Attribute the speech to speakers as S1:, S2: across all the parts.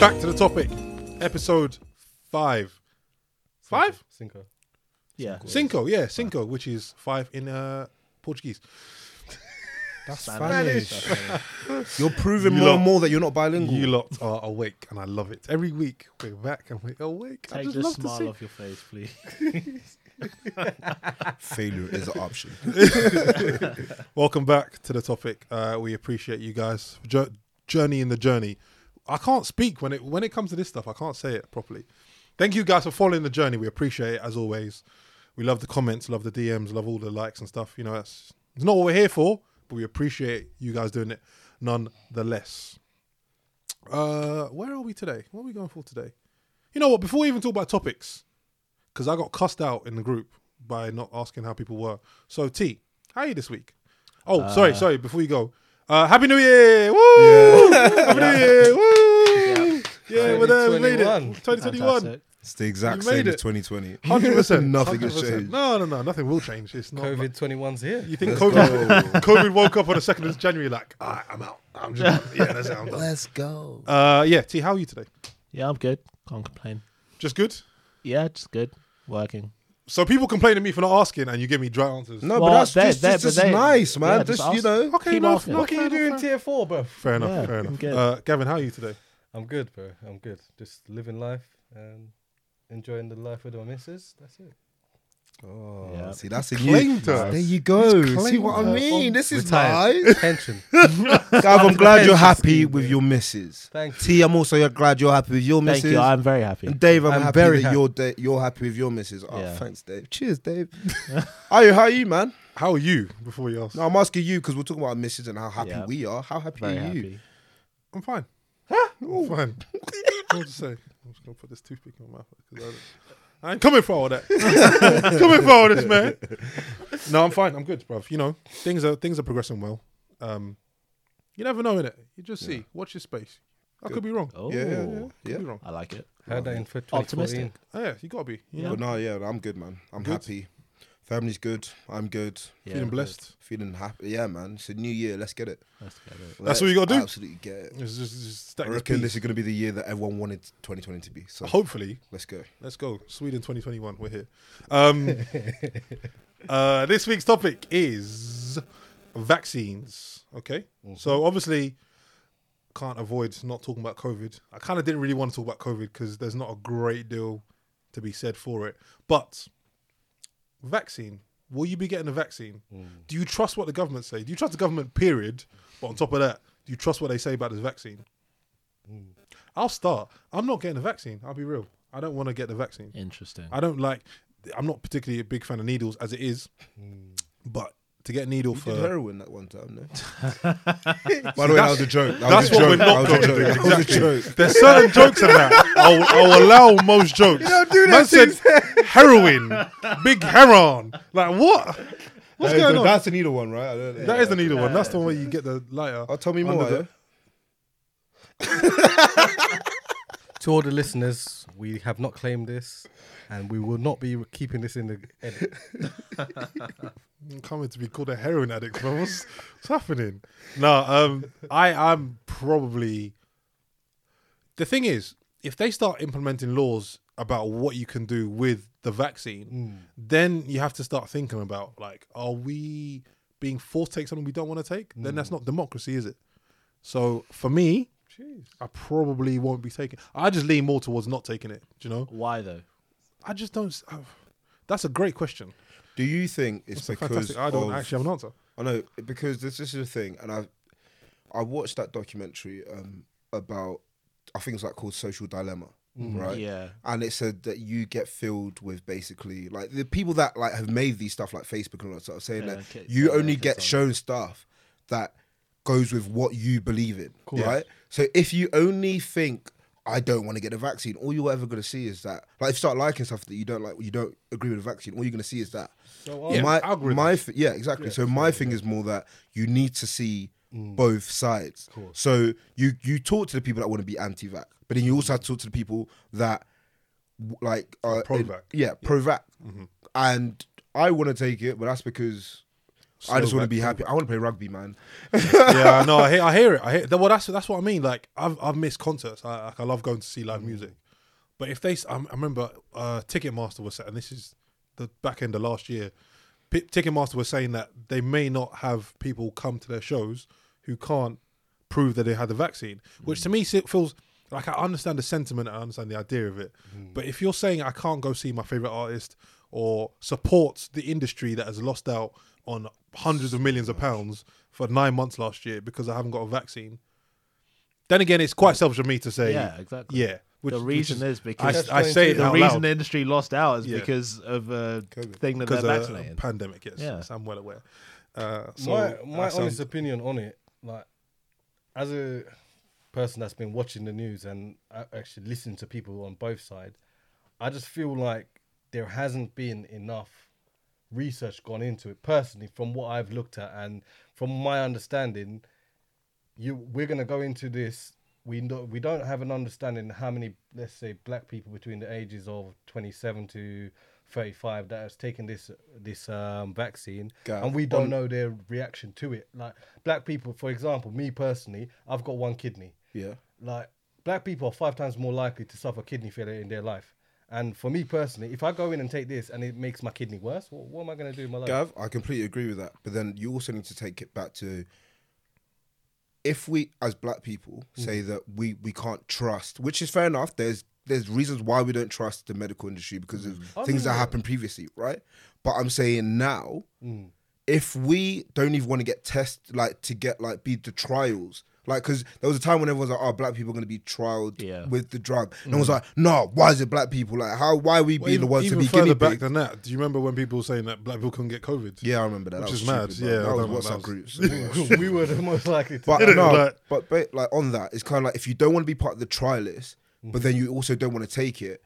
S1: Back to the topic. Episode five. Five?
S2: Cinco.
S3: Yeah.
S1: Cinco, yeah, cinco, which is five in uh, Portuguese.
S2: That's
S3: Spanish.
S2: Spanish. You're proving
S1: You
S2: more
S1: lot-
S2: and more that you're not bilingual.
S1: You lot are awake, and I love it. Every week we're back and we're awake. I
S3: Take
S1: just
S3: the
S1: love to
S3: smile
S1: see.
S3: off your face, please.
S2: Failure is an option.
S1: Welcome back to the topic. Uh, we appreciate you guys jo- journey in the journey. I can't speak when it when it comes to this stuff. I can't say it properly. Thank you guys for following the journey. We appreciate it as always. We love the comments, love the DMs, love all the likes and stuff. You know, that's it's not what we're here for, but we appreciate you guys doing it nonetheless. Uh, where are we today? What are we going for today? You know what? Before we even talk about topics, because I got cussed out in the group by not asking how people were. So T, how are you this week? Oh, sorry, sorry. Before you go, uh, Happy New Year! Woo! Happy New Year! Woo! Yeah, we're there. We made it.
S2: 2021.
S1: Twenty twenty one.
S3: Fantastic.
S4: It's the exact
S1: You made
S4: same
S1: it.
S4: as 2020.
S1: Hundred percent.
S4: Nothing has changed.
S1: No, no, no. Nothing will change. It's not. like-
S2: COVID 21's here.
S1: you think COVID, COVID woke up on the second of January like, all right, I'm out. I'm just yeah, that's it. I'm done.
S4: Let's go.
S1: Uh, yeah. T, how are you today?
S3: Yeah, I'm good. Can't complain.
S1: Just good.
S3: Yeah, just good. Working.
S1: So people complain to me for not asking, and you give me dry answers.
S2: No,
S3: Well,
S2: but that's
S3: they're-
S2: just,
S3: they're-
S2: just,
S3: but
S2: just
S3: they-
S2: nice,
S3: yeah,
S2: man.
S3: just
S2: just, you
S3: ask-
S2: know.
S1: Okay,
S3: Keep
S1: no,
S3: asking.
S1: no,
S2: What can you do in tier four, bro?
S1: Fair enough.
S3: Yeah,
S1: fair
S3: I'm
S1: enough.
S3: good.
S1: Uh, Gavin, how are you today?
S2: I'm good, bro. I'm good. Just living life and enjoying the life with my missus. That's it.
S4: Oh,
S3: Yeah.
S4: see, that's a new.
S1: Claimed her.
S4: There you go. See
S1: claimed
S4: what I
S1: her
S4: mean? This is
S2: Retired.
S4: nice.
S2: Pension.
S4: Gav, I'm glad you're
S2: Pension
S4: happy
S2: scheme,
S4: with
S2: yeah.
S4: your missus.
S2: Thank you.
S4: T, I'm also glad you're happy with your
S3: Thank
S4: missus.
S3: you. I'm very happy.
S4: And Dave, I'm,
S2: I'm
S4: happy
S2: very
S4: that
S2: happy.
S4: you're da- you're happy with your missus. Oh,
S3: Yeah.
S4: thanks, Dave. Cheers, Dave. how you? How are you, man?
S1: How are you? Before you ask,
S4: No, I'm asking you because we're talking about our missus and how happy
S3: Yeah.
S4: we are. How happy
S3: Very
S4: are you?
S3: happy.
S1: I'm fine. I'm fine. What to say? I'm just gonna put this toothpick in my mouth. 'cause I, don't- I ain't coming for all that. coming for all this, man. No, I'm fine. I'm good, bruv. You know, things are things are progressing well. Um, you never know, innit? You just see. Watch your space. I could be wrong.
S3: Oh,
S4: Yeah, yeah, yeah.
S1: Could
S4: yeah.
S1: be wrong.
S3: I like it.
S2: Heard that in 2014.
S3: Optimistic.
S1: Oh, yeah, you gotta be. You
S3: Yeah.
S1: know,
S4: But no, yeah, I'm good, man. I'm
S1: Good.
S4: happy. Family's good. I'm good.
S3: Yeah,
S1: feeling
S3: good.
S1: blessed.
S4: Feeling happy. Yeah, man. It's a new year. Let's get it.
S3: Let's get it.
S1: That's
S4: Let's
S1: what you gotta do.
S4: Absolutely get it.
S1: It's just, it's just
S4: I
S1: stack this
S4: reckon
S1: piece.
S4: this is going to be the year that everyone wanted 2020 to be. So
S1: Hopefully,
S4: let's go.
S1: Let's go. Sweden 2021. We're here. Um, uh, this week's topic is vaccines. Okay. So, obviously, can't avoid not talking about COVID. I kind of didn't really want to talk about COVID because there's not a great deal to be said for it. But, vaccine. Will you be getting a vaccine? Do you trust what the government say? Do you trust the government, period? But on top of that, do you trust what they say about this vaccine? I'll start. I'm not getting a vaccine. I'll be real. I don't want to get the vaccine.
S3: Interesting.
S1: I don't like. I'm not particularly a big fan of needles as it is, Hmm. but to get a needle
S4: You
S1: for
S4: did heroin that one time, no? By the way, that was a joke. That
S1: that's
S4: was a
S1: what we're
S4: joke.
S1: not
S4: that was
S1: going
S4: a
S1: to do.
S4: joke. That was a
S1: Exactly.
S4: joke.
S1: There's certain jokes in that. I'll, I'll allow most jokes. You don't do that. Man said heroin, big heron. Like what? What's
S4: Hey,
S1: going
S4: but
S1: on?
S4: That's the needle one, right? I don't-
S1: That is the needle one. That's the one where you get the lighter.
S4: Oh, tell me
S1: under
S4: more.
S1: the-
S4: yeah?
S2: To all the listeners, we have not claimed this and we will not be keeping this in the edit.
S1: I'm coming to be called a heroin addict, bro. What's, what's happening? No, um, I am probably. The thing is, if they start implementing laws about what you can do with the vaccine,
S4: Hmm.
S1: then you have to start thinking about like, are we being forced to take something we don't want to take? Then
S4: Hmm.
S1: that's not democracy, is it? So for me, I probably won't be taking. I just lean more towards not taking it. Do you know?
S3: Why though?
S1: I just don't. s- I've- that's a great question.
S4: Do you think it's
S1: It's a
S4: because
S1: fantastic. I don't
S4: of-
S1: actually have an answer.
S4: I know because this, this is the thing, and I I watched that documentary um, about I think it's like called Social Dilemma, right?
S3: Yeah.
S4: And it said that you get filled with basically like the people that like have made these stuff like Facebook and all that stuff saying
S3: Yeah,
S4: that
S3: okay,
S4: you
S3: yeah,
S4: only
S3: okay,
S4: get
S3: sorry.
S4: shown stuff that goes with what you believe in, right? So if you only think I don't want to get a vaccine, all you're ever gonna see is that like if you start liking stuff that you don't like, you don't agree with a vaccine, all you're gonna see is that
S2: So
S1: Yeah,
S4: my
S1: algorithms.
S4: my th- yeah exactly. so my thing is more that you need to see both sides. So you you talk to the people that want to be anti-vac, but then you also have to talk to the people that w- like uh, are
S1: pro-vac. Mm-hmm.
S4: Yeah, pro-vac. And I want to take it, but that's because I just
S1: Slow
S4: want
S1: back
S4: to be
S1: heel.
S4: happy. I want to play rugby, man.
S1: yeah, no, I hear, I hear it. I hear. Well, that's that's what I mean. Like I've I've missed concerts. I like, I love going to see live music, but if they, s- I, I remember uh, Ticketmaster was saying, and this is the back end of last year. P- Ticketmaster was saying that they may not have people come to their shows who can't prove that they had the vaccine, which to
S3: Mm.
S1: me se- feels like I understand the sentiment, I understand the idea of it,
S3: Mm.
S1: but if you're saying I can't go see my favorite artist or support the industry that has lost out on hundreds of millions of pounds for nine months last year because I haven't got a vaccine, then again, it's quite selfish of me to say,
S3: Yeah, exactly.
S1: yeah. Which,
S3: the
S1: which
S3: reason is,
S1: I,
S3: because
S1: I say it
S3: the
S1: out
S3: reason
S1: loud.
S3: the industry lost out is
S1: Yeah.
S3: because of a
S4: COVID.
S3: thing that they're
S1: because uh, of
S3: vaccinated.
S1: pandemic. Yes,
S3: Yeah.
S1: yes, I'm well aware. Uh, so
S2: my
S1: I
S2: my
S1: sound-
S2: honest opinion on it, like as a person that's been watching the news and I actually listening to people on both sides, I just feel like there hasn't been enough research gone into it personally from what I've looked at and from my understanding. You, we're gonna go into this. We know, we don't have an understanding how many, let's say, black people between the ages of 27 to 35 that has taken this this um, vaccine,
S4: Gav,
S2: and we don't know their reaction to it. Like black people, for example, me personally, I've got one kidney.
S4: Yeah.
S2: Like black people are five times more likely to suffer kidney failure in their life. And for me personally, if I go in and take this and it makes my kidney worse, what, what am I going to do in my life?
S4: Gav, I completely agree with that. But then you also need to take it back to if we, as black people,
S1: Mm-hmm.
S4: say that we we can't trust, which is fair enough. There's there's reasons why we don't trust the medical industry because of
S1: Mm-hmm.
S4: things
S1: Oh,
S4: that happened previously, right? But I'm saying now,
S1: Mm.
S4: if we don't even want to get test, like to get like be the trials. Like, because there was a time when everyone was like, "Oh, black people are going to be trialed
S3: Yeah.
S4: with the drug," and I was like, "No, why is it black people? Like, how? Why are we
S1: Mm. Well,
S4: being
S1: even,
S4: the ones to
S1: even
S4: be
S1: further
S4: guinea
S1: back
S4: pigs?"
S1: than that, do you remember when people were saying that black people couldn't get COVID?
S4: Yeah, I remember that.
S1: Which
S4: that
S1: is
S4: was
S1: mad,
S4: Stupid, bro.
S1: yeah, I
S4: that
S1: don't know,
S4: was
S1: that
S4: WhatsApp
S1: was-
S4: groups.
S2: we were the most likely to.
S4: But
S1: Didn't
S4: no,
S1: like-
S4: but, but like on that, it's kind of like if you don't want to be part of the trial list,
S1: Mm.
S4: but then you also don't want to take it.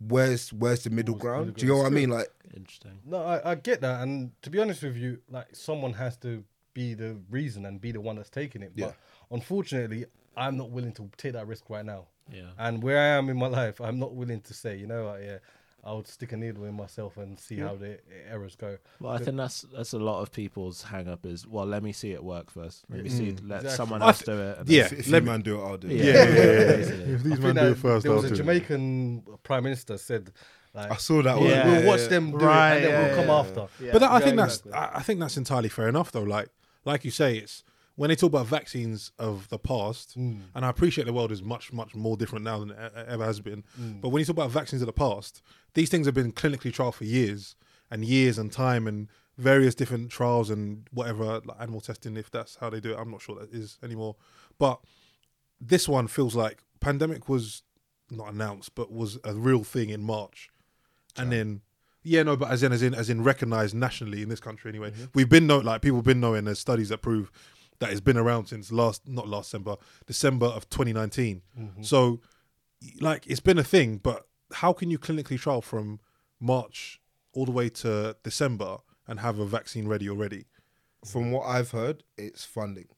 S4: Where's where's the middle ground? Do you know what I mean? Like,
S3: Interesting.
S2: No, I, I get that, and to be honest with you, like someone has to be the reason and be the one that's taking it.
S4: Yeah.
S2: But unfortunately, I'm not willing to take that risk right now.
S3: Yeah.
S2: And where I am in my life, I'm not willing to say, you know, what, yeah, I'll stick a needle in myself and see how the errors go.
S3: Well, I think that's that's a lot of people's hang up is well, let me see it work first. Let me see, let
S2: Exactly.
S3: someone
S1: I
S3: else
S1: th-
S3: do it. and
S1: yeah.
S4: if, if
S1: Let
S4: you
S1: me-
S4: man do it, I'll do
S3: then-
S4: it.
S1: Yeah, yeah, yeah, yeah.
S3: basically.
S1: If
S2: I
S1: these
S2: think
S1: men do
S2: that
S1: it first,
S2: there
S1: I'll
S2: was a
S1: do it.
S2: Jamaican prime minister said, like,
S4: I saw that
S2: we'll,
S4: one.
S3: Yeah.
S2: we'll watch them do
S3: Right,
S2: it, and then
S3: yeah,
S2: we'll come
S3: yeah.
S2: after.
S1: But that, I
S2: Yeah,
S1: think
S2: exactly.
S1: that's I- I think that's entirely fair enough though. Like like you say, it's when they talk about vaccines of the past,
S2: Mm.
S1: and I appreciate the world is much much more different now than it e- ever has been.
S2: Mm.
S1: But when you talk about vaccines of the past, these things have been clinically trialed for years and years and time and various different trials and whatever like animal testing if that's how they do it. I'm not sure that is anymore, but this one feels like pandemic was not announced but was a real thing in March, and then yeah no but as in as in as in recognized nationally in this country anyway we've been know like people have been knowing there's studies that prove that it's been around since last not last December December of 2019 so like it's been a thing but how can you clinically trial from March all the way to December and have a vaccine ready already
S4: From what I've heard, it's funding.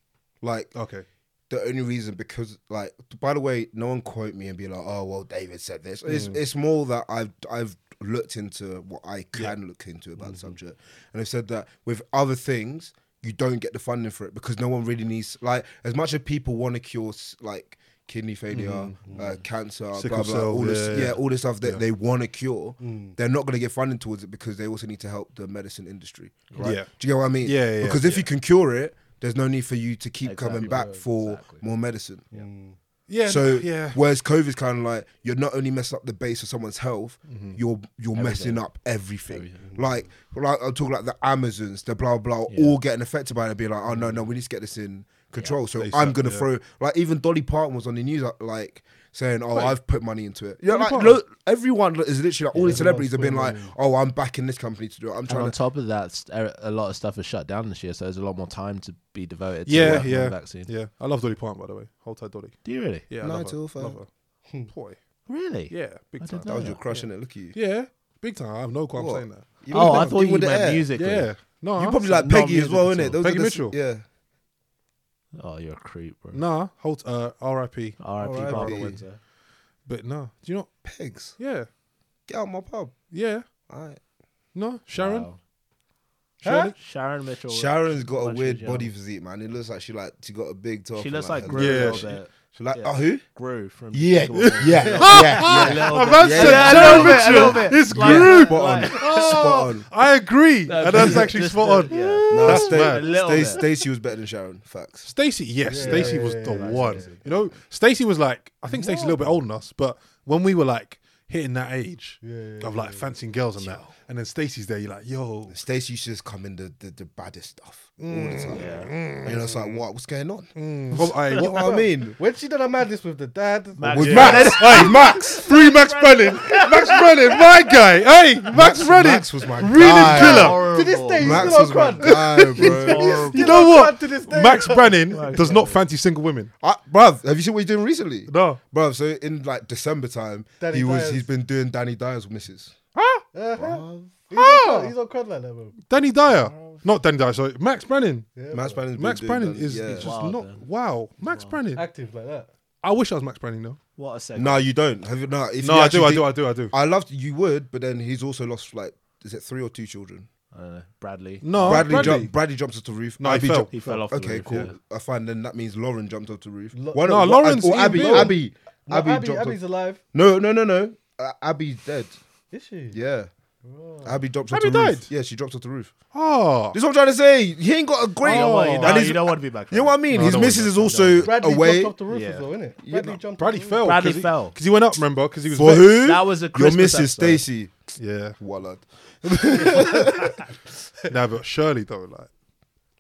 S4: Like
S1: okay
S4: the only reason because like by the way, no one quote me and be like, oh well, David said this. It's
S1: Mm.
S4: it's more that I've I've looked into what I can look into about
S1: Mm-hmm.
S4: the subject, and I've said that with other things you don't get the funding for it because no one really needs like as much as people want to cure s- like kidney failure, uh, cancer,
S1: Mm-hmm. Mm. Sickle
S4: blah blah,
S1: cell,
S4: all this,
S1: yeah,
S4: yeah,
S1: yeah. Mm.
S4: all this stuff that they want to cure. They're not going to get funding towards it because they also need to help the medicine industry, right?
S1: Yeah.
S4: Do you get what I mean?
S1: Yeah, yeah,
S4: Because if you can cure it. There's no need for you to keep coming back for more medicine.
S2: Mm.
S1: yeah
S4: So
S1: yeah
S4: whereas COVID's kind of like you're not only messing up the base of someone's health,
S1: Mm-hmm.
S4: you're you're messing up everything. Like like I'm talking like the Amazons, the blah blah, all getting affected by it, and being like, oh no no, we need to get this in control. So
S1: They
S4: I'm
S1: suck,
S4: gonna
S1: yeah.
S4: throw like even Dolly Parton was on the news like- like saying, oh I've put money into it. Yeah,
S1: Dolly
S4: like
S1: Parton?
S4: lo- everyone is literally like all
S2: everyone's
S4: these celebrities have been like,
S2: putting
S4: oh I'm backing this company to do it. I'm
S3: And
S4: trying
S3: on
S4: to.
S3: top of that, st- er- a lot of stuff is shut down this year, so there's a lot more time to be devoted to
S1: yeah
S3: working on
S1: yeah
S3: the vaccine.
S1: yeah I love Dolly Parton by the way hold tight Dolly
S3: Do you really?
S1: Yeah, I
S4: Nine
S1: love her.
S4: till five.
S1: Love her. Boy,
S3: Really?
S1: yeah, big
S3: Hmm.
S1: time.
S3: I didn't
S4: That
S3: know
S4: was your crush, innit? Look at you.
S1: Yeah, big time. I have no qualm
S4: What?
S1: saying that.
S4: You
S3: Oh,
S4: wouldn't
S3: I
S4: have-
S3: thought you
S4: wouldn't have
S3: meant
S4: aired.
S3: musically.
S1: Yeah,
S3: Oh,
S1: no,
S4: You
S1: huh?
S4: probably like
S3: Not
S4: Peggy as
S3: music
S4: well,
S3: at
S4: innit?
S3: all.
S4: Those are
S1: Peggy
S4: the-
S1: Mitchell.
S4: Yeah.
S3: Oh, you're a creep, bro.
S1: Nah, hold. Uh, R.I.P.
S3: R.I.P.
S4: R.I.P..
S3: Barbara Windsor.
S1: But nah, do you know?
S4: Pegs.
S1: Yeah,
S4: Get out of my pub.
S1: yeah,
S4: All right.
S1: no. Sharon,
S3: Wow.
S2: Huh?
S3: Sharon Mitchell.
S4: Sharon's got a
S3: when she
S4: weird
S3: was young.
S4: body physique, man. It looks like she like she got a big top.
S3: She
S4: and,
S3: looks like
S4: her-
S3: Gru
S1: Yeah,
S3: a little
S1: she-
S3: bit.
S4: She like
S3: yeah.
S4: oh who?
S3: Gru from
S4: Yeah,
S3: Little Women.
S4: yeah,
S3: A
S4: yeah, yeah.
S3: little
S1: My
S3: bit.
S1: man
S4: Yeah,
S1: said
S4: yeah,
S3: a
S1: Sharon
S3: little bit, a
S1: Mitchell.
S3: little bit.
S1: It's
S3: Like-
S1: Gru.
S4: Spot on,
S3: Like-
S4: spot on.
S1: I agree,
S3: No,
S1: and that's
S3: just-
S1: actually
S3: just
S1: spot
S3: the-
S1: on.
S3: yeah.
S4: No,
S1: That's mad.
S4: Sta-
S3: A little
S4: Sta-
S3: bit.
S4: Stacey was better than Sharon. Facts.
S1: Stacey, yes,
S2: Yeah,
S1: Stacey
S2: yeah,
S1: was
S2: yeah,
S1: the
S2: yeah, yeah.
S1: one.
S2: Stacey.
S1: You know, Stacey was like, I think Stacey's a little bit older than us, but when we were like hitting that age
S2: Yeah, yeah,
S1: of like fancying girls and that, and then Stacey's there, you're like, yo,
S4: Stacey used to just come in the the, the baddest stuff all the
S3: Mm.
S4: time. You know, it's like what what's going on?
S1: oh, aye,
S4: You know
S1: what-
S4: what I mean?
S2: When she done a madness with the dad,
S3: Mad-
S4: With
S3: Yeah.
S4: Max, with Max,
S1: Free Max Brennan, Max Brennan, my guy. Hey, Max, Brennan,
S4: Max was my
S1: reading
S4: guy.
S1: killer.
S3: Horrible.
S2: to this day, he's
S4: Max
S2: still on
S4: was my
S2: crud.
S4: guy, bro.
S1: You
S2: Still
S1: know
S2: on
S1: what?
S2: crud To this day.
S1: Max Brennan does not fancy single women.
S4: I, bruv, have you seen what he's doing recently?
S1: No,
S4: Bruv, so in like December time,
S2: Danny
S4: he was
S2: Dyers.
S4: he's been doing Danny Dyers with Mrs.
S2: Uh-huh. He's,
S1: Ah.
S2: on crud, he's on crud like that, bro.
S1: Danny Dyer, not Danny Dyer. Sorry, Max Brennan.
S2: Yeah,
S4: Max
S2: bro.
S4: Brandon.
S1: Max Brennan is,
S4: yeah.
S1: is just
S3: Wow,
S1: not
S3: then.
S1: wow. Max Brennan.
S2: active like that.
S1: I wish I was Max Brennan though.
S3: What a second.
S4: No, you don't. Have you no? If
S1: No,
S4: you
S1: I do,
S4: actually
S1: I
S4: did-
S1: do, I do, I do.
S4: I loved you would, but then he's also lost like is it three or two children?
S3: I don't know. Bradley.
S1: No,
S4: Bradley,
S1: Oh, Bradley.
S4: jump, Bradley jumps off the roof.
S1: No, he fell.
S4: jumped-
S3: He fell off the
S4: Okay,
S3: roof,
S4: cool.
S3: yeah.
S4: I find then that means Lauren jumped off the roof.
S2: Lo-
S4: Why
S1: No,
S4: not-
S1: Lauren's
S4: or
S1: in
S4: Abby.
S1: Bill.
S4: Abby.
S2: No,
S4: Abby
S2: Abby,
S4: jumped
S2: Abby's
S4: off.
S2: alive.
S4: No, no, no, no. Uh, Abby's dead.
S2: Is she?
S4: Yeah. Abby dropped off
S1: Abby
S4: the roof.
S1: died?
S4: Yeah, she dropped off the roof.
S1: Oh,
S4: This is what I'm trying to say. He ain't got a great.
S3: You know what? You
S1: Oh.
S3: know-
S4: and he's-
S3: you don't want to be back.
S4: you know what I mean?
S3: No,
S4: His
S3: don't
S4: missus
S3: want
S4: is
S3: that.
S4: also
S2: Bradley
S4: away.
S2: jumped off the roof
S3: Yeah.
S2: as well, innit?
S4: Yeah,
S2: Bradley
S4: no,
S2: jumped
S1: Bradley
S2: off the
S1: fell.
S3: Bradley
S1: cause he,
S3: fell.
S1: because he went up. Remember, because he was
S4: For
S1: vexed.
S4: who?
S3: That was a
S4: Your
S3: Christmas
S4: missus,
S3: episode.
S4: Stacy.
S1: Yeah,
S4: What lad?
S1: nah, but Shirley though, like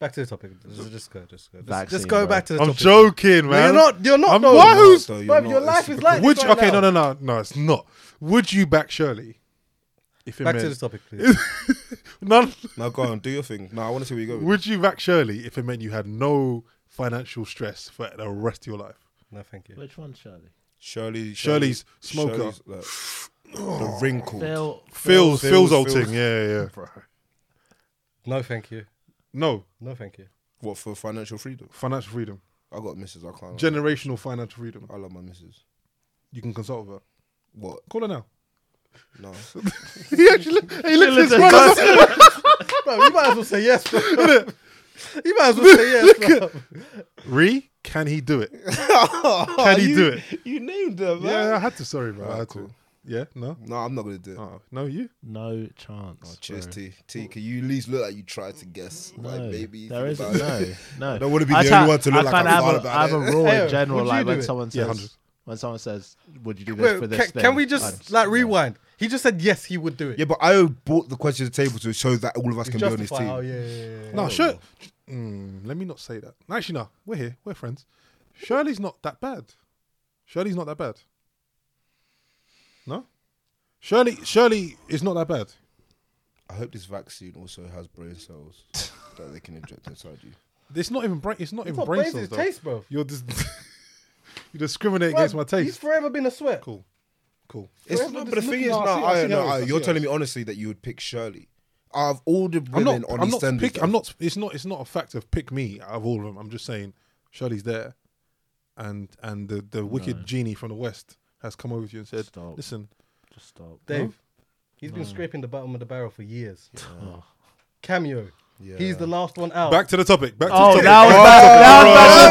S2: Back to the topic. Just, just go, just go. Just,
S3: Vaccine,
S2: just go
S3: bro.
S2: back to the
S1: I'm
S2: topic.
S1: joking,
S2: No,
S1: man.
S2: you're not. You're not.
S1: I'm-
S2: though.
S1: Why who's-
S4: though, you're
S2: Bro, your
S4: not.
S2: life
S4: It's
S2: is
S4: because-
S2: like.
S1: Would
S2: this
S1: you,
S2: right
S1: okay,
S2: now.
S1: no, no, no, no, it's not. Would you back Shirley? If it
S2: Back to
S1: meant
S2: the topic, please.
S1: none,
S4: Now go on, do your thing. No, I want to see where you go. with
S1: would you back Shirley if it meant you had no financial stress for the rest of your life?
S2: no, thank you.
S3: Which one, Shirley?
S4: Shirley,
S1: Shirley's smoker.
S4: like, the wrinkle.
S3: Phil.
S1: Phil's Phil's,
S4: Phil's-
S1: old
S4: Phil's-
S1: thing, yeah, yeah.
S3: Bro.
S2: No, thank you.
S1: No
S2: No, thank you.
S4: What for financial freedom?
S1: financial freedom,
S4: I got misses. I
S2: Oh.
S4: can't.
S1: generational financial freedom.
S4: I love my missus.
S1: You can consult with her.
S4: What?
S1: Call her now.
S4: No.
S1: he actually, he literally
S3: literally
S1: brought us up.
S2: Bro, you might as well say yes, bro. you might as well say yes, bro.
S1: Re, can he do it? Can he do it?
S4: You named her,
S1: Yeah, I had to. Sorry, bro. I had
S4: cool.
S1: to. Yeah, no.
S4: No, I'm not gonna do it.
S1: Oh, no, you.
S3: No chance.
S4: Cheers,
S3: bro.
S4: T. T, can you at least look like you tried to guess? like
S3: No,
S4: maybe
S3: there
S4: think
S3: isn't.
S4: about it.
S3: No, no.
S4: Don't wanna be
S3: I
S4: the
S3: can't-
S4: only one to look
S3: I
S4: like
S3: can't
S4: I
S3: have
S4: thought
S3: a-
S4: about
S3: I have a
S4: it.
S3: rule
S2: Hey,
S3: in general.
S2: would you
S3: Like
S2: do
S3: when
S2: it?
S3: someone
S1: Yeah,
S3: says,
S1: 100.
S3: when someone says, "Would you do this
S2: Wait,
S3: for this
S2: can,
S3: thing?"
S2: can we
S3: I'd-
S2: just like rewind? He just said yes, he would do it.
S4: Yeah, but I brought the question to the table to show that all of us can be on this
S2: Justify-
S4: team.
S2: Oh yeah, yeah, yeah, yeah.
S1: No, sure. Mm, let me not say that. Actually, no. We're here. We're friends. Shirley's not that bad. Shirley's not that bad. No. Shirley. Shirley is not that bad.
S4: I hope this vaccine also has brain cells that they can inject inside you.
S1: It's not even brain. It's not
S2: It's
S1: even
S2: not
S1: brain
S2: brains,
S1: cells.
S2: it's
S1: Though.
S2: taste, bro.
S1: You're just you discriminate
S2: Bro,
S1: against my
S2: He's
S1: taste.
S2: forever been a sweat.
S1: Cool. Cool.
S4: It's
S2: Whoever
S4: no,
S2: just
S4: but the thing
S2: looking
S4: is, no,
S2: at- I see- I
S4: I,
S2: see
S4: no,
S2: how it
S4: I-
S2: is, I
S4: you're
S2: see
S4: telling
S2: how
S4: me honestly that you would pick Shirley. Out of all the
S1: I'm
S4: women
S1: not.
S4: on
S1: I'm
S4: EastEnders,
S1: not. Pick,
S4: though.
S1: I'm not. It's not. It's not a fact of pick me out of all of them. I'm just saying, Shirley's there, and and the the wicked genie from the west has come over to you and said,
S3: Stop.
S1: "Listen,
S3: Just stop.
S2: Dave, he's been scraping the bottom of the barrel for years.
S3: Oh.
S2: Cameo.
S4: Yeah.
S2: He's the last one out.
S1: back to the topic. Back to
S3: Oh,
S1: the topic.
S3: that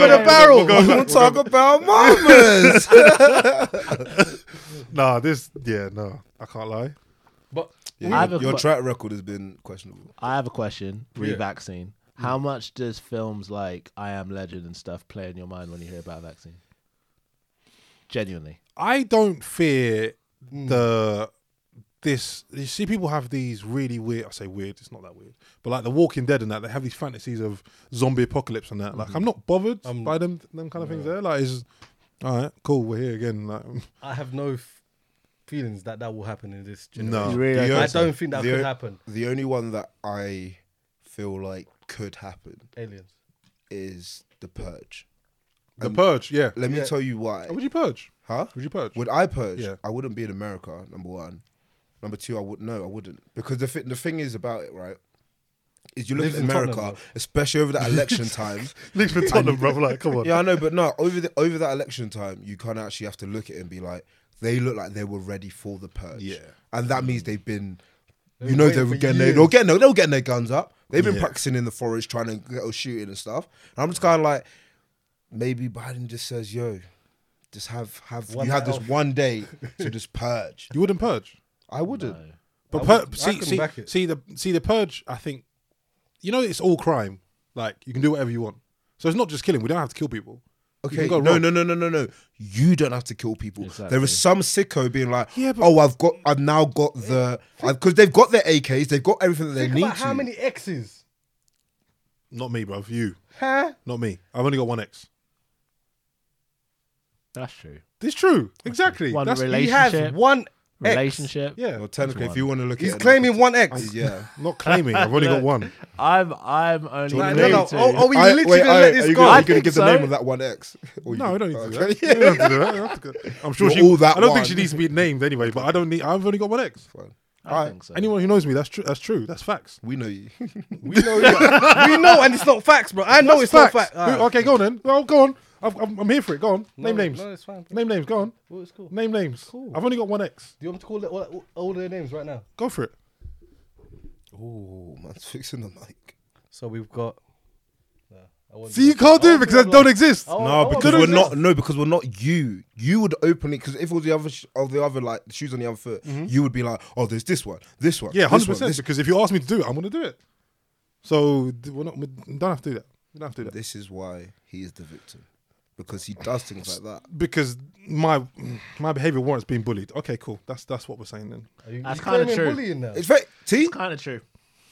S3: was
S1: Back to the
S3: bad.
S1: topic.
S3: That was
S1: We'll go
S3: bad topic.
S1: back. We'll go
S3: No,
S1: back.
S3: over
S1: We'll go
S3: the
S1: back. We'll
S3: barrel.
S1: go back.
S4: I will talk about mamas.
S1: Nah, this. Yeah, no, I can't lie.
S2: But
S4: Yeah,
S3: I have a
S4: your
S3: que-
S4: track record has been questionable.
S3: I have a question.
S2: Yeah. Mm.
S3: Re vaccine. How much does films like I Am Legend and stuff play in your mind when you hear about vaccine? Genuinely.
S1: I don't fear the this. You see, people have these really weird. I say weird. It's not that weird, but like The Walking Dead and that, they have these fantasies of zombie apocalypse and that. Like, I'm not bothered
S2: Um,
S1: by them them kind of things. There, like, is all right, cool. We're here again. Like,
S2: I have no f- feelings that that will happen in this
S1: No.
S2: generation.
S1: You
S3: really
S4: The
S3: don't
S2: I
S4: only-
S2: don't think that
S4: the
S2: could
S4: o-
S2: happen.
S4: The only one that I feel like could happen
S2: Aliens.
S4: is the purge.
S1: the
S4: Um,
S1: purge. Yeah.
S4: Let me
S2: Yeah.
S4: tell you why.
S1: Would you purge?
S4: Huh?
S1: Would you purge?
S4: Would I purge?
S1: Yeah.
S4: I wouldn't be in America. Number one. Number two, I would no, I wouldn't because the thi- the thing is about it, right? Is you look
S2: Lives
S4: at
S2: in Tottenham,
S4: America,
S2: though.
S4: especially over that election time.
S1: Leave for Tottenham, bro. Like, come on.
S4: Yeah, I know, but no, over the over that election time, you kind of actually have to look at it and be like, they look like they were ready for the purge.
S1: Yeah.
S4: and that means they've been
S2: They've
S4: you
S2: been
S4: know they
S2: waiting
S4: were
S2: for
S4: getting their,
S2: years.
S4: they were getting their, they were getting their guns up. They've been
S1: Yeah.
S4: practicing in the forest, trying to get us shooting and stuff. And I'm just kind of like, maybe Biden just says, "Yo, just have have
S2: One
S4: you have
S2: night
S4: this
S2: off."
S4: one day to just purge."
S1: You wouldn't purge.
S4: I wouldn't.
S3: No.
S1: But
S2: I
S1: pur-
S2: would- I
S1: see,
S2: can
S1: see,
S2: back it.
S1: see the see the purge. I think you know it's all crime. Like you can do whatever you want. So it's not just killing. We don't have to kill people. You can
S4: Okay,
S1: go
S4: no,
S1: wrong.
S4: no, no, no, no, no. You don't have to kill people. There
S3: Exactly.
S4: is some sicko being like,
S1: Yeah, but-
S4: "Oh, I've got, I've now got the, because they've got their AKs, they've got everything that they
S2: Think
S4: need
S2: about
S4: to."
S2: how many X's?
S1: Not me, bruv. You,
S2: Huh?
S1: not me. I've only got one ex.
S3: That's true.
S1: It's true. Exactly.
S3: One
S1: That's
S3: relationship.
S2: He has one. X.
S3: Relationship.
S1: yeah.
S4: Well, technically, if you want to look,
S2: He's
S4: at it,
S2: claiming one X.
S4: yeah.
S1: Not claiming. I've only got one.
S3: I'm I'm only
S2: No,
S3: married
S2: no, no.
S3: to.
S2: Oh, oh, we
S4: I-
S2: literally
S4: wait,
S2: gonna
S4: I-
S2: let
S4: are
S2: this
S4: you
S2: go.
S4: gonna-
S3: I
S4: Are you going to
S3: think
S4: give the
S3: so.
S4: name of that one X? Or
S1: No,
S4: you-
S1: I don't need to.
S4: Okay.
S1: Do that. You don't have to do that. You don't have to go- I'm sure
S4: You're
S1: she.
S4: all that
S1: I don't think
S4: one.
S1: she needs to be named anyway. But I don't need. I've only got one ex.
S2: oh.
S3: I think so.
S1: Anyone who knows me, that's true. That's true. That's facts.
S4: We know you.
S2: We know, we know, and it's not facts, bro. I know it's not fact.
S1: Who- okay, go on then. Well, go on. I've, I'm, I'm here for it. Go on.
S2: No,
S1: Name names.
S2: No, it's fine. bro.
S1: Name names. Go on.
S2: Well, it's cool. Do
S1: Name names.
S2: Cool.
S1: I've only got one ex.
S2: you want me to call it all, all their names right now?
S1: Go for it.
S4: Oh, man's fixing the mic.
S2: So we've got. No, I won't
S1: See, you
S2: that.
S1: can't do
S2: I
S1: it
S2: won't
S1: because I
S2: that.
S1: don't exist.
S2: I won't- I
S4: No,
S2: won't
S4: because
S2: do
S4: we're
S2: that.
S4: not. No, because we're not you. You would openly because if it was the other sh- of the other like the shoes on the other foot, you would be like, oh, there's this one, this one,
S1: Yeah,
S4: this one,
S1: hundred percent.
S4: this-
S1: Because if you ask me to do it, I'm gonna do it. So d- we're not. We don't have to do that. We don't have to do that
S4: This is why he is the victim because he does things like that.
S1: because my my behavior warrants being bullied. Okay, cool. That's that's what we're saying then.
S2: Are you-
S3: That's
S2: you
S3: kinda
S2: claiming
S3: true.
S2: bullying now?
S4: It's very see.
S3: Kind of true.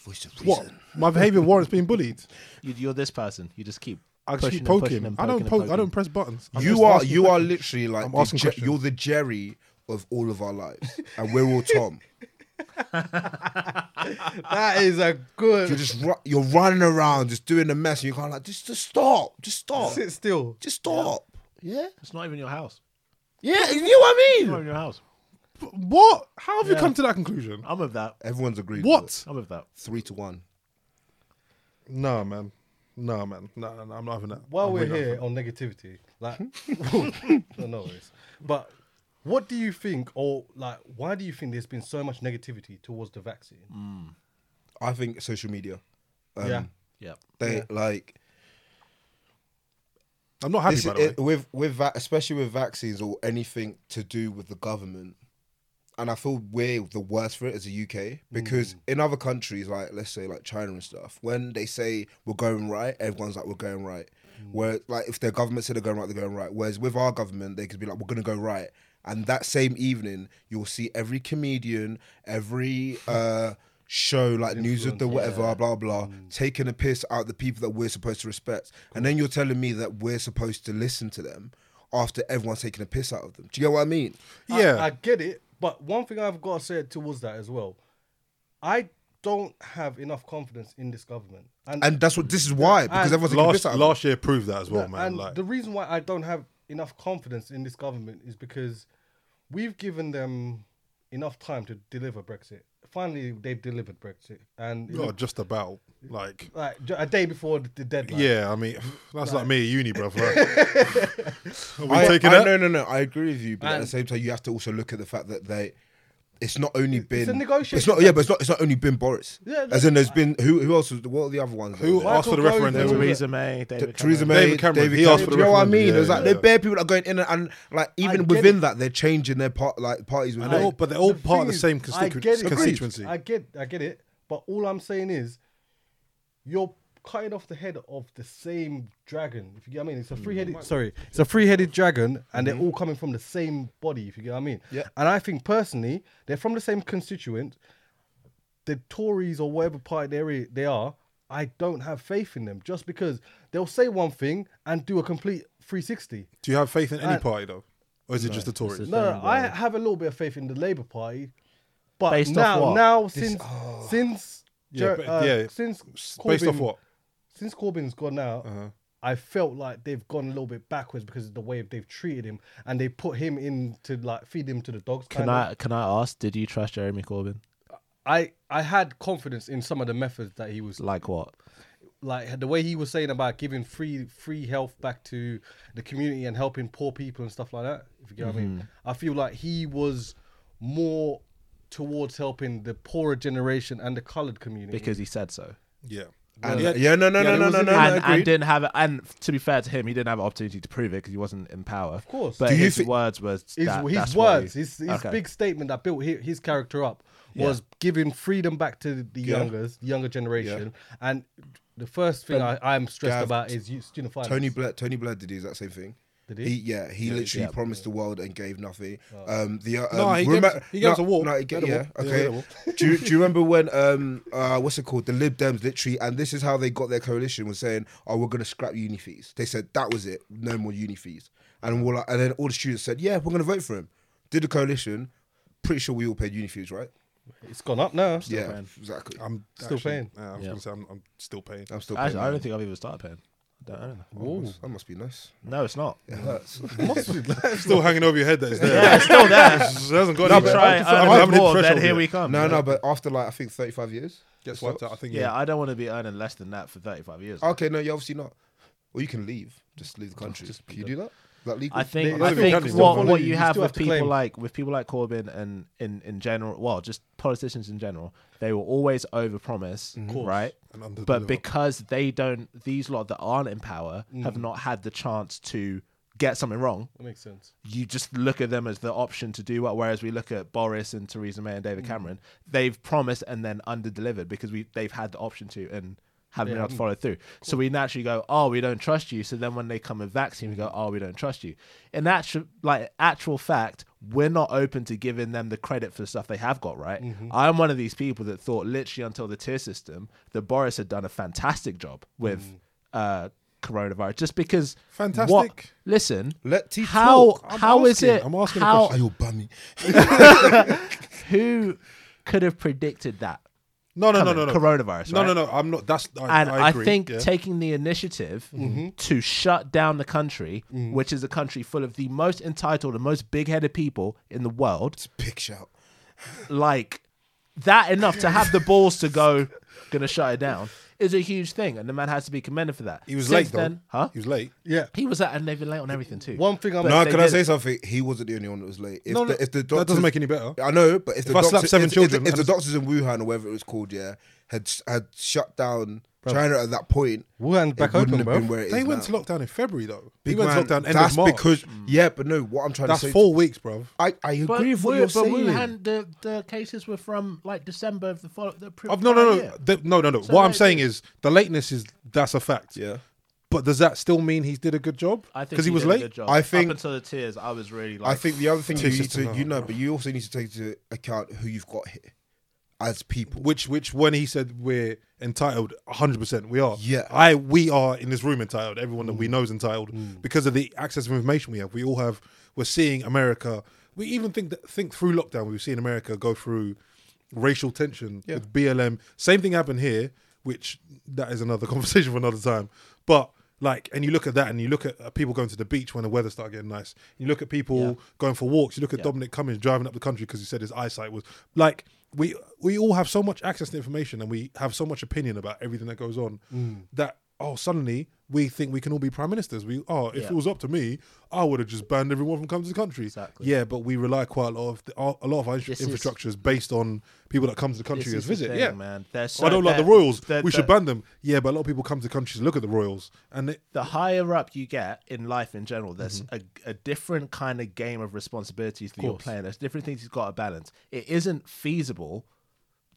S4: Voice of
S1: What?
S4: reason.
S1: My behavior warrants being bullied.
S3: You, you're this person. You just keep.
S1: I just
S3: pushing
S1: keep
S3: and
S1: poking.
S3: pushing and
S1: I don't
S3: poking and
S1: poke. I
S3: poking.
S1: don't press buttons. I'm just
S4: You are
S1: asking
S4: you are
S1: questions.
S4: literally like
S1: I'm
S4: the
S1: asking
S4: Je-
S1: questions.
S4: you're the Jerry of all of our lives, and we're all Tom.
S2: that is a
S4: You're
S2: good.
S4: just ru- you're running around, just doing the mess, and you're kind of like, just, just stop, just stop,
S2: Sit still.
S4: just stop. Yeah,
S3: It's not even your house.
S4: yeah, you know what I
S3: It's not
S4: mean.
S3: even your house.
S1: What? How have you
S3: Yeah.
S1: come to that conclusion?
S3: I'm of that.
S4: Everyone's agreed. with it.
S1: What?
S3: I'm of that.
S4: Three to one.
S1: Nah, man. Nah, man. Nah, nah, nah I'm not having that.
S2: While
S1: I'm
S2: we're
S1: really not
S2: here
S1: having
S2: on negativity, like,
S1: Hmm?
S2: no, no worries. But what do you think, or like, why do you think there's been so much negativity towards the vaccine?
S4: I think social media. Um,
S2: yeah.
S3: Yep.
S4: They
S2: Yeah.
S4: like
S1: that. I'm not happy
S4: this
S1: by the
S4: is-
S1: way.
S4: it- with with va- especially with vaccines or anything to do with the government. And I feel we're the worst for it as a UK because in other countries, like let's say like China and stuff, when they say we're going right, everyone's like we're going right. Where like if their government said they're going right, they're going right. Whereas with our government, they could be like we're going to go right, and that same evening you'll see every comedian, every uh show like news of the whatever blah blah taking a piss out the people that we're supposed to respect, and then you're telling me that we're supposed to listen to them after everyone's taking a piss out of them. Do you get what I mean?
S2: I-
S1: Yeah.
S2: I, get it. But one thing I've got to say towards that as well, I don't have enough confidence in this government. And,
S4: And that's what this is why because
S2: And
S4: everyone's taking a
S1: last
S4: piss out of
S1: last year proved that as well,
S2: No,
S1: man.
S2: and
S1: like
S2: the reason why I don't have enough confidence in this government is because we've given them enough time to deliver Brexit. Finally, they've delivered Brexit, and it
S1: you are
S2: looked
S1: just about like
S2: like j- a day before the- the deadline.
S1: yeah. I mean, that's like, me at uni, bro. Are we
S4: I,
S1: taking
S4: I-
S1: that?
S4: No, no, no. I agree with you, but at the
S2: And-
S4: same time, you have to also look at the fact that they. It's not only been.
S2: a negotiation.
S4: It's not. Yeah, but it's not. It's not only been Boris.
S2: Yeah,
S4: As in, there's been who? Who else? Was, what are the other ones? that
S1: Who
S4: were there?
S1: asked for the
S2: Michael
S1: referendum?
S2: Gove-
S3: Theresa May. David
S4: Theresa
S3: Cameron.
S4: May,
S1: David Cameron. He asked for the
S4: Do you know what I
S1: referendum.
S4: mean?
S1: Yeah,
S4: There's like
S1: yeah,
S4: there
S1: yeah.
S4: are bare people that are going in and, and like even
S2: get
S4: within
S2: it.
S4: that they're changing their part like parties
S1: And
S4: within.
S1: they're
S4: it.
S1: all, but they're all
S2: The
S1: part
S2: thing
S1: of the
S2: is,
S1: same
S2: I
S1: constitu-
S2: get it.
S1: constituency.
S2: I get, I get it. But all I'm saying is, you're cutting off the head of the same dragon. If you get what I mean, it's a
S1: Hmm.
S2: three-headed. Sorry, it's a three-headed dragon, and
S1: Mm-hmm.
S2: they're all coming from the same body. If you get what I mean.
S4: Yeah.
S2: And I think personally, they're from the same constituent. The Tories or whatever party they're in- they are, I don't have faith in them just because they'll say one thing and do a complete 360.
S1: Do you have faith in any
S2: I-
S1: party though, or is it just the Tories?
S3: it's
S2: No,
S3: Then
S2: no, I have a little bit of faith in the Labour Party, but
S3: Based off
S2: now,
S3: what? Oh.
S2: now since since
S1: Yeah,
S2: Jer-
S1: but-
S2: uh,
S1: yeah.
S2: since
S1: S-
S2: Corbyn,
S1: Based off what? Uh-huh.
S2: Since Corbyn's gone out, I felt like they've gone a little bit backwards because of the way they've treated him and they put him in to like feed him to the dogs.
S3: Can
S2: kind of.
S3: I can I ask? Did you trust Jeremy Corbyn?
S2: I I had confidence in some of the methods that he was
S3: Like what?
S2: like the way he was saying about giving free free health back to the community and
S3: Mm-hmm.
S2: helping poor people and stuff like that. If you get what I mean, I feel like he was more towards helping the poorer generation and the coloured community.
S3: because he said so.
S1: Yeah.
S4: And,
S1: yeah.
S4: yeah. no, no,
S2: Yeah,
S4: no,
S2: it
S4: no,
S2: was
S4: no,
S2: in
S4: no,
S2: the-
S4: no.
S3: and, and
S4: Agreed.
S3: didn't have and to be fair to him, he didn't have an opportunity to prove it because he wasn't in power. Of
S2: course.
S3: but
S4: Do you
S3: his
S4: thi-
S3: words was
S2: his,
S3: that,
S2: his
S3: that's what
S2: words,
S3: he-
S2: his, his
S3: Okay.
S2: big statement that built his, his character up
S3: Yeah.
S2: was giving freedom back to the
S4: Yeah.
S2: youngers, younger generation. And the first thing I, I'm stressed
S4: Gav,
S2: about is you- student finance.
S4: Tony Blair, Tony Blair did the exact same thing.
S2: Did he?
S4: yeah, he literally
S3: yeah.
S4: promised the world and gave nothing. Um, the uh,
S1: No,
S4: um,
S1: he gave
S4: remem-
S1: us- he gave
S4: no,
S1: us a walk.
S4: No, he
S1: He
S4: gave,
S1: had a
S4: yeah,
S1: walk. Yeah, he had a
S4: okay.
S1: walk.
S4: do, you, do you remember when um uh what's it called the Lib Dems literally and this is how they got their coalition was saying oh we're gonna scrap uni fees. They said that was it, no more uni fees. And we're like, and then all the students said yeah we're gonna vote for him. Did the coalition? Pretty sure we all paid uni fees, right?
S2: It's gone up now.
S4: yeah,
S3: paying.
S4: exactly.
S1: I'm
S2: Still
S1: actually-
S2: paying.
S1: Yeah, I was
S3: Yeah.
S1: gonna say I'm, I'm still paying.
S4: I'm still. Paying
S3: Actually, I
S4: mine.
S3: don't think I've even started paying. I don't, I don't know.
S4: Oh, that must- that must be nice.
S3: No, it's not.
S4: It hurts.
S1: still hanging over your head that it's there.
S3: Yeah, it's still there.
S1: It hasn't gone
S3: No,
S1: anywhere.
S3: try
S1: I'm
S3: and
S1: just- I'm
S3: earn a
S1: having
S3: bit more,
S1: pressure
S3: then
S1: over
S3: here
S1: it.
S3: we come.
S4: no,
S3: yeah.
S4: no, but after like I think 35 years,
S1: Gets
S4: it
S1: wiped out.
S4: stops.
S1: I think.
S3: Yeah, I don't want to be earning less than that for 35 years.
S4: Okay, no, you're obviously not. Well, you can leave. Just leave the country.
S3: just
S4: can you do that? Is that legal?
S3: I think
S1: I
S3: I
S1: think
S3: think
S1: Gandhi still
S3: what,
S1: won.
S3: what
S2: You
S3: you
S2: still
S3: have
S2: have
S3: with
S2: to
S3: people
S2: claim.
S3: like with people like Corbyn and in in general, well, just politicians in general, they will always overpromise, right?
S1: And under
S3: But
S1: deliver.
S3: because they don't, these lot that aren't in power
S2: Mm-hmm.
S3: have not had the chance to get something wrong.
S2: That makes sense.
S3: You just look at them as the option to do what. Whereas we look at Boris and Theresa May and David Cameron, they've promised and then under-delivered because we they've had the option to and haven't been able to follow through. So we naturally go, oh, we don't trust you. So then when they come with vaccine, we go, oh, we don't trust you. In actual like actual fact, we're not open to giving them the credit for the stuff they have got right. I'm one of these people that thought literally until the tier system that Boris had done a fantastic job with. Uh, Coronavirus, just because. what-
S1: Fantastic.
S3: listen,
S4: Let T
S3: how
S4: talk.
S3: how is
S1: I'm asking-
S3: it?
S1: I'm asking a
S3: how,
S4: Are you bummy?
S3: who could have predicted that?
S1: no, no, no,
S3: coming,
S1: no, no.
S3: coronavirus,
S1: No,
S3: right?
S1: no, no. I'm not. That's. I,
S3: And I,
S1: I, agree.
S3: think
S1: yeah. Mm-hmm.
S3: taking the initiative to shut down the country, which is a country full of the most entitled and most big-headed people in the world,
S4: Big shout.
S3: like that enough to have the balls to go, gonna shut it down, is a huge thing, and the man has to be commended for that.
S1: he was
S3: Since
S1: late though.
S3: then, huh?
S1: He was late.
S2: Yeah.
S3: He was at, and they've been late on everything too.
S2: One thing I'm
S4: No,
S3: they
S4: can I
S3: did
S4: say
S3: it.
S4: something? He wasn't the only one that was late. If
S1: No, no,
S4: the, if the
S1: that doesn't
S4: doctors-
S1: make any better.
S4: I know, but if the
S1: If I slapped
S4: doctors,
S1: seven
S4: if, if the-
S1: children
S4: if, the
S1: and-
S4: doctors in Wuhan or whatever it was called, yeah, had had shut down China at that point,
S2: Wuhan's back
S4: it wouldn't
S2: open,
S4: have
S2: bro.
S4: been where it is
S1: They went
S4: now.
S1: to lockdown in February though.
S4: Big
S1: he went to
S4: man,
S1: lockdown end
S4: that's
S1: of March.
S4: because yeah, but no, what I'm trying
S1: that's
S4: to say.
S1: four weeks, bro.
S4: I, I agree
S3: But,
S4: with what
S3: Wu-
S4: you're
S3: but
S4: saying.
S3: Wuhan, the, the cases were from like December of the follow. The pre-
S1: Oh, no, no,
S3: prior
S1: no,
S3: year.
S1: The- no, no, no.
S3: So
S1: what I'm
S3: like-
S1: saying is the lateness is that's a fact.
S4: yeah,
S1: But does that still mean he did a good job?
S3: I think
S1: because he, was
S3: did a
S1: late.
S3: good job.
S4: I think-
S3: up until the tears, I was really like.
S4: I think the other thing you
S1: Takes
S4: need
S1: us to
S4: to you
S1: another-
S4: know, but you also need to take into account who you've got here as people.
S1: Uh, Which, which, when he said we're entitled, 100, percent we are.
S4: Yeah.
S1: I, we are in this room entitled. Everyone that we know is entitled because of the access of information we have. We all have. We're seeing America. We even think that think through lockdown. We've seen America go through racial tension with BLM. Same thing happened here, which that is another conversation for another time. But like, and you look at that, and you look at uh, people going to the beach when the weather started getting nice. You look at people going for walks. You look at Dominic Cummings driving up the country because he said his eyesight was like we we all have so much access to information and we have so much opinion about everything that goes on
S3: Mm.
S1: that oh suddenly we think we can all be prime ministers. We oh if
S3: Yeah.
S1: it was up to me, I would have just banned everyone from coming to the country.
S3: Exactly.
S1: Yeah, but we rely quite a lot of the, a lot of our
S3: This is-
S1: infrastructure is based on people that come to the country
S3: This
S1: as
S3: is the
S1: visit.
S3: thing,
S1: yeah, Oh,
S3: man. They're
S1: I
S3: so-
S1: don't like the
S3: they're-
S1: royals.
S3: they're-
S1: we should
S3: they're-
S1: ban them. Yeah, but a lot of people come to countries to look at the royals and they,
S3: the higher up you get in life in general, there's a, a different kind of game of responsibilities that you're playing. There's different things you've got to balance. It isn't feasible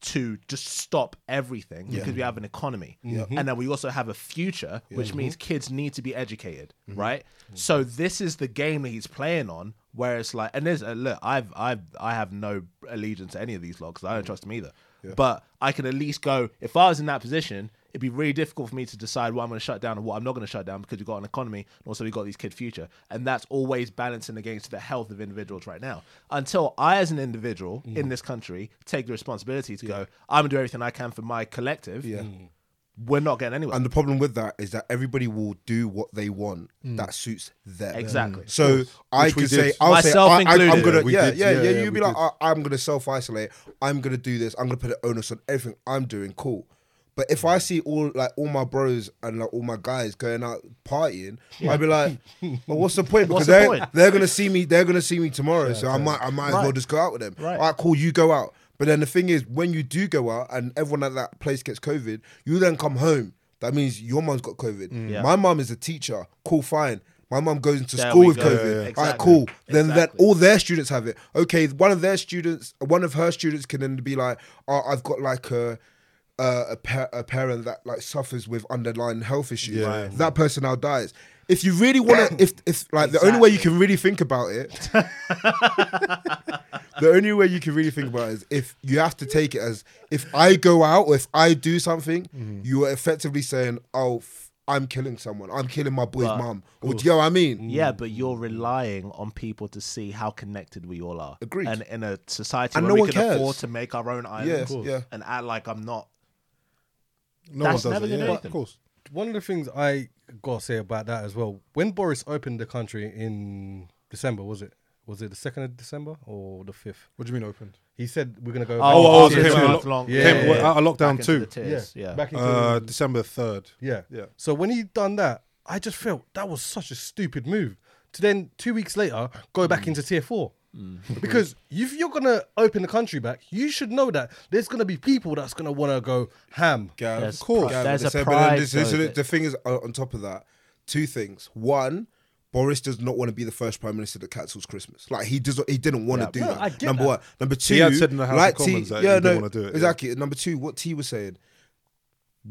S3: to just stop everything because we have an economy. And then we also have a future, which means kids need to be educated, right? So this is the game that he's playing on where it's like and there's uh, look, I've I've I have no allegiance to any of these logs. I don't trust them either. But I can at least go if I was in that position, it'd be really difficult for me to decide what I'm going to shut down and what I'm not going to shut down because we've got an economy and also we've got these kid future. And that's always balancing against the health of individuals right now. Until I, as an individual
S4: Mm-hmm.
S3: in this country, take the responsibility to go, I'm going to do everything I can for my collective, Mm-hmm.
S4: Yeah.
S3: we're not getting anywhere.
S4: And the problem with that is that everybody will do what they want that suits them.
S3: Exactly. Mm.
S4: So
S1: Mm.
S4: I
S1: Which we
S4: could say,
S1: did.
S4: I'll
S3: Myself
S4: say, I, I, am
S3: included.
S4: gonna,
S1: We
S4: yeah,
S1: did.
S4: yeah,
S1: Yeah,
S4: yeah,
S1: yeah,
S4: You'd
S1: we
S4: be like,
S1: did.
S4: I, I'm gonna self isolate. I'm gonna do this. I'm gonna put an onus on everything I'm doing. Cool. But if I see all like all my bros and like all my guys going out partying, I'd be like, "Well, what's the point?"
S3: What's
S4: Because
S3: the
S4: they
S3: point?
S4: they're gonna see me. They're gonna see me tomorrow. so I might I might as well just go out with them.
S3: Right.
S4: All right, cool. You go out, But then the thing is, when you do go out and everyone at that place gets COVID, you then come home. That means your mum's got COVID.
S3: Yeah.
S4: My mum is a teacher. Cool, fine. My mum goes into
S3: Mm. There
S4: school
S3: we
S4: with
S3: go.
S4: COVID.
S3: Yeah, yeah, yeah.
S4: All right,
S3: Exactly.
S4: cool. Then that
S3: Exactly.
S4: all their students have it. Okay, one of their students, one of her students, can then be like, "Oh, I've got like a." Uh, a, pa- a parent that like suffers with underlying health issues,
S1: Yeah. Right.
S4: that person now dies. If you really want to, if if like the only way you
S3: Exactly.
S4: can really think about it the only way you can really think about it is if you have to take it as if I go out or if I do something,
S1: Mm-hmm.
S4: you are effectively saying, "Oh, f- I'm killing someone. I'm killing my boy's
S3: But-
S4: mum." Or do you know what I mean?
S3: Yeah, but you're relying on people to see how connected we all are.
S4: Agreed.
S3: And in a society
S4: And
S3: where
S4: no
S3: we
S4: one
S3: can
S4: cares.
S3: afford to make our own islands
S4: Yes, yeah.
S3: and act like I'm not.
S1: No
S3: That's
S1: one does
S3: never
S1: it.
S3: gonna
S1: Yeah,
S3: happen.
S1: of course.
S2: One of the things I gotta say about that as well, when Boris opened the country in December, was it? Was it the second of December or the fifth?
S1: What do you mean opened?
S2: He said we're gonna go.
S1: Oh, oh,
S2: back
S1: so came
S2: into the
S1: out
S2: tiers.
S1: of lock- came out of lockdown
S3: Back into
S1: too.
S3: the tiers, Yeah.
S2: Back into
S1: Uh, December third.
S2: Yeah.
S1: Yeah.
S2: So when he done that, I just felt that was such a stupid move. To then two weeks later go
S3: Mm.
S2: back into tier four. because if you're gonna open the country back, you should know that there's gonna be people that's gonna wanna go ham.
S4: Yeah,
S3: There's
S4: of course.
S3: pri- there's a
S4: So, but
S3: pride,
S4: then this- this-
S3: though,
S4: the-
S3: that-
S4: the thing is, uh, on top of that, two things. One. Boris does not want to be the first prime minister that cancels Christmas. Like he does, he didn't want
S3: Yeah.
S4: to do
S2: No,
S4: that.
S2: I get
S4: Number
S2: that.
S4: one, number two,
S1: had said in the House of
S4: like T-
S1: Commons that he
S4: yeah,
S1: didn't
S4: no,
S1: wanna do it, yeah.
S4: Exactly. Number two, what T was saying,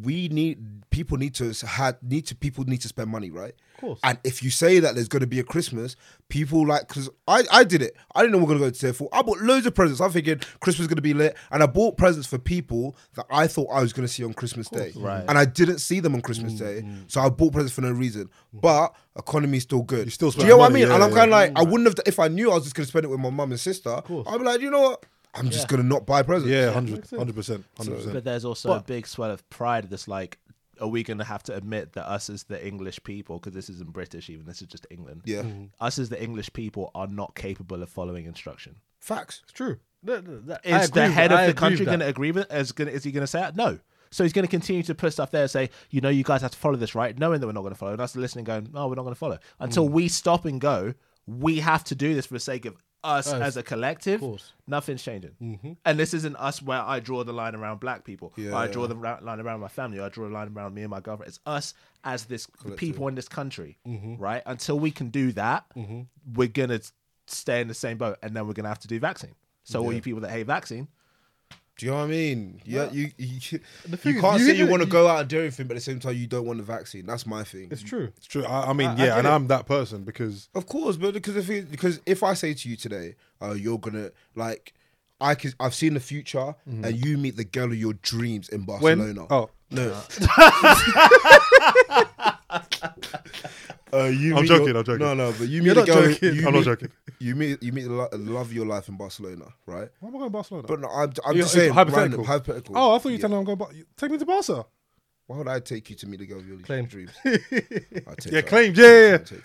S4: we need people need to had need to people need to spend money, right? Of
S2: course.
S4: And if you say that there's going to be a Christmas, people like because I I did it. I didn't know we are going to go to tier four. I bought loads of presents. I figured Christmas was going to be lit, and I bought presents for people that I thought I was going to see on Christmas Day,
S3: Right.
S4: And I didn't see them on Christmas
S1: Mm,
S4: Day, so I bought presents for no reason. But economy's still good.
S1: You still
S4: Do you
S1: spend
S4: know what I
S1: money,
S4: mean?
S1: yeah,
S4: and I'm
S1: yeah. Mm.
S4: kind of like I wouldn't have if I knew I was just going to spend it with my mum and sister. I'd be like, you know what? I'm just going to not buy presents.
S1: Yeah, 100 percent, hundred percent.
S3: But there's also a big swell of pride that's like, are we going to have to admit that us as the English people, because this isn't British even, this is just England, Mm-hmm.
S4: Yeah.
S3: us as the English people are not capable of following instruction?
S4: Facts.
S2: It's true. That- that- that- I
S3: Is
S2: agree
S3: the
S2: with-
S3: head
S2: I
S3: of the
S2: agree
S3: country
S2: with
S3: going
S2: that.
S3: to agree with it? Is, gonna, is he going to say that? No. So he's going to continue to put stuff there and say, you know, you guys have to follow this, right? Knowing that we're not going to follow, and us listening, going, no, we're not going to follow until we stop and go. We have to do this for the sake of us as a collective.
S2: course.
S3: Nothing's changing, and this isn't us where I draw the line around black people. or I draw the ra- line around my family. Or I draw a line around me and my girlfriend. It's us as this people in this country, right? Until we can do that, we're gonna stay in the same boat, and then we're gonna have to do vaccine. So all you people that hate vaccine,
S4: Do you know what I mean? Yeah, you you, you,
S2: thing is,
S4: can't
S2: you
S4: say you
S2: either-
S4: want to
S2: you-
S4: go out and do everything, but at the same time you don't want the vaccine. That's my thing.
S2: It's true.
S1: It's true. I, I mean,
S2: I- I
S1: yeah,
S2: get
S1: and
S2: it.
S1: I'm that person because
S4: Of course, but because if it, because if I say to you today, uh, you're gonna like, I can, I've seen the future, and you meet the girl of your dreams in
S1: Mm-hmm. when
S4: Barcelona.
S1: oh,
S4: no, uh, you
S1: I'm
S4: meet
S1: joking,
S4: your-
S1: I'm joking.
S4: No, no, but you meet
S1: You're
S4: the
S1: not
S4: girl.
S1: joking.
S4: You
S1: I'm not
S4: meet,
S1: joking.
S4: You meet you meet the lo- love of your life in Barcelona, right?
S1: why am I going to Barcelona?
S4: But no, I'm, I'm
S1: You-
S4: just
S1: it's
S4: saying
S1: hypothetical.
S4: random, hypothetical.
S1: oh, I thought you were
S4: Yeah.
S1: telling me I'm going. Bar- you- take me to Barca.
S4: Why would I take you to meet the girl of your
S2: Claim.
S4: dreams? I'll take
S1: Yeah,
S4: that.
S1: claimed. Yeah, yeah, yeah.
S4: Take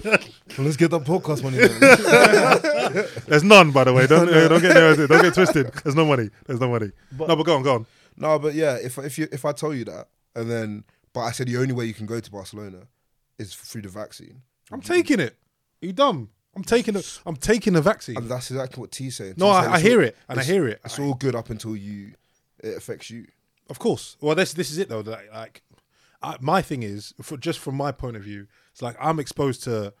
S4: that. Let's get that podcast money. then.
S1: There's none, by the way. Don't don't get don't get twisted. There's no money. There's no money. no, but go on, go on.
S4: no, but yeah, if if you if I tell you that, and then but I said the only way you can go to Barcelona is through the vaccine,
S1: I'm taking it. Are you dumb? I'm taking the I'm taking the vaccine.
S4: and that's exactly what T's saying.
S1: no,
S4: T's
S1: I,
S4: saying
S1: I
S4: it's
S1: hear
S4: all-
S1: it and I
S4: it's-
S1: hear it.
S4: It's all good up until you it affects you.
S1: Of course. Well, this this is it though. Like, like I, my thing is, for, just from my point of view, it's like I'm exposed to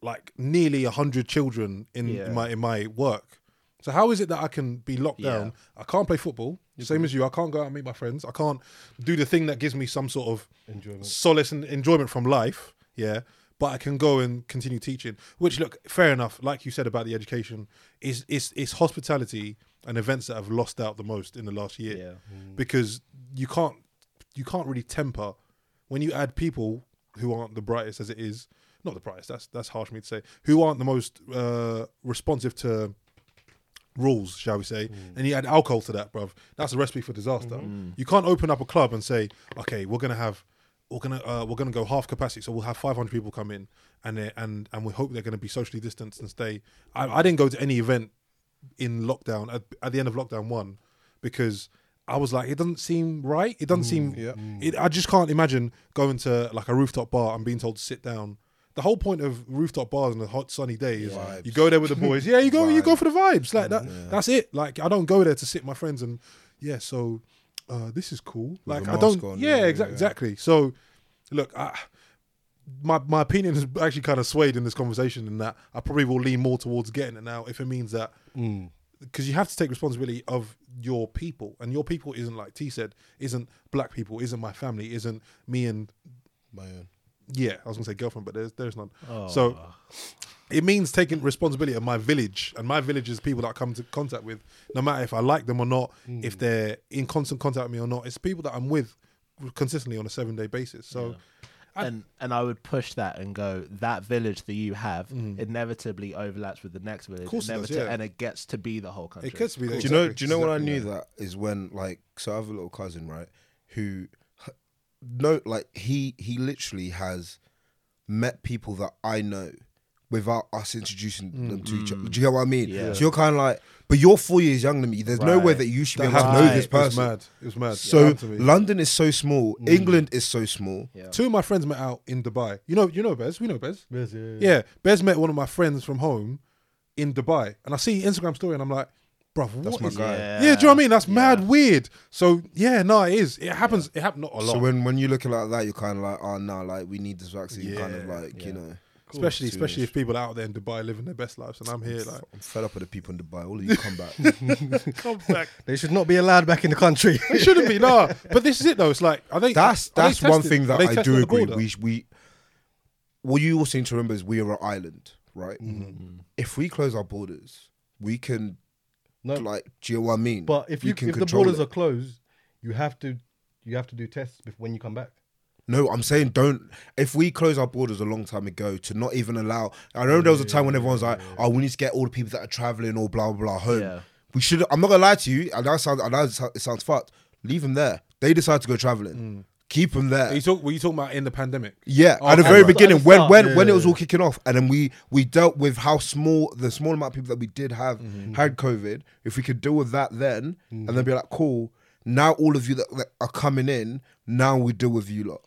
S1: like nearly hundred children in,
S3: Yeah.
S1: my in my work. So how is it that I can be locked
S3: Yeah.
S1: down? I can't play football, same as you. I can't go out and meet my friends. I can't do the thing that gives me some sort of
S2: Enjoyment.
S1: solace and enjoyment from life. Yeah. But I can go and continue teaching. Which look, fair enough, like you said about the education, is is is hospitality and events that have lost out the most in the last year
S3: Yeah.
S1: because you can't you can't really temper when you add people who aren't the brightest as it is not the brightest that's that's harsh for me to say who aren't the most uh, responsive to rules shall we say and you add alcohol to that bruv that's a recipe for disaster you can't open up a club and say okay we're gonna have we're gonna uh, we're gonna go half capacity so we'll have 500 people come in and they- and and we hope they're gonna be socially distanced and stay I, I didn't go to any event in lockdown at, at the end of lockdown one because I was like, it doesn't seem right. It doesn't seem. It, I just can't imagine going to like a rooftop bar and being told to sit down. the whole point of rooftop bars on a hot sunny day is
S4: Vibes.
S1: you go there with the boys. Yeah, you go you go
S4: Vibes.
S1: for the vibes. Like that that's it. Like I don't go there to sit with my friends and yeah, so uh, this is cool. Like
S4: With a
S1: I don't
S4: mask on,
S1: yeah,
S4: yeah,
S1: exac-
S4: yeah.
S1: exactly. So look, I, my my opinion is actually kind of swayed in this conversation in that I probably will lean more towards getting it now if it means that
S2: Mm.
S1: because you have to take responsibility of your people, and your people isn't like T said, isn't black people, isn't my family, isn't me and
S4: My own.
S1: yeah, I was gonna say girlfriend, but there's there's none. So it means taking responsibility of my village, and my village is people that I come to contact with, no matter if I like them or not,
S4: Hmm.
S1: if they're in constant contact with me or not. It's people that I'm with consistently on a seven day basis. So
S3: and and I would push that and go that village that you have
S4: Mm.
S3: inevitably overlaps with the next village,
S1: course it does,
S3: inevita-
S1: yeah.
S3: and it gets to be the whole country.
S1: it gets to be.
S4: Do you know? Do you know when I knew that is when like so I have a little cousin right who no like he he literally has met people that I know without us introducing
S1: Mm,
S4: them to each other. Do you get what I mean?
S3: Yeah.
S4: So you're kind of like, but you're four years younger than me. There's no way
S3: Right.
S4: that you should
S1: That
S4: be able
S1: happened
S4: to know
S3: Right.
S4: this
S1: It was
S4: person.
S1: mad. Mm. It was mad. It
S4: So
S1: happened to me.
S4: London is so small. England is so small.
S3: Yeah.
S1: Two of my friends met out in Dubai. You know, you know Bez. We know Bez.
S2: Bez, yeah, yeah.
S1: yeah. Bez met one of my friends from home in Dubai, and I see Instagram story, and I'm like, bruv, what
S4: my
S1: is-
S4: guy.
S1: Yeah. do you know what I mean? That's mad weird. So yeah, no, it is. It happens. It happened not a lot,
S4: So when when you look at it like that, you're kind of like, oh no, like we need this vaccine. Kind of
S1: Yeah.
S4: like you know.
S1: especially
S4: Cool.
S1: especially if people out there in Dubai living their best lives, and I'm here like,
S4: I'm fed up with the people in Dubai. All of you come back.
S1: come back.
S2: They should not be allowed back in the country.
S1: It shouldn't be nah. But this is it though. It's like are they?
S4: that's
S1: are they
S4: that's one
S1: tested?
S4: thing that
S1: Are they
S4: I
S1: tested
S4: do
S1: on the
S4: agree.
S1: border?
S4: We sh- we what you also need to remember is we are an island, right? Mm-hmm. If we close our borders, we can
S2: no,
S4: like, do you know what I mean?
S2: but if
S4: We
S2: you
S4: can
S2: if the
S4: control
S2: borders
S4: it.
S2: are closed, you have to you have to do tests bef- when you come back.
S4: No, I'm saying don't. If we close our borders a long time ago to not even allow, I remember there was a time when everyone was like, "Oh, we need to get all the people that are traveling or blah blah blah home."
S3: Yeah.
S4: We should. I'm not gonna lie to you. And that sounds. I know it sounds- it sounds fucked. Leave them there. They decide to go
S2: Mm.
S4: traveling. Keep them there.
S1: Are you talk, were you talking about in the pandemic?
S4: Yeah,
S1: Oh,
S4: at the
S1: okay.
S4: very
S1: At the
S4: beginning, when
S2: start,
S4: when
S2: yeah,
S4: when it
S2: yeah,
S4: was
S2: yeah.
S4: all kicking off, and then we we dealt with how small the small amount of people that we did have had COVID. If we could deal with that then, and then be like, cool. Now all of you that, that are coming in, now we deal with you lot.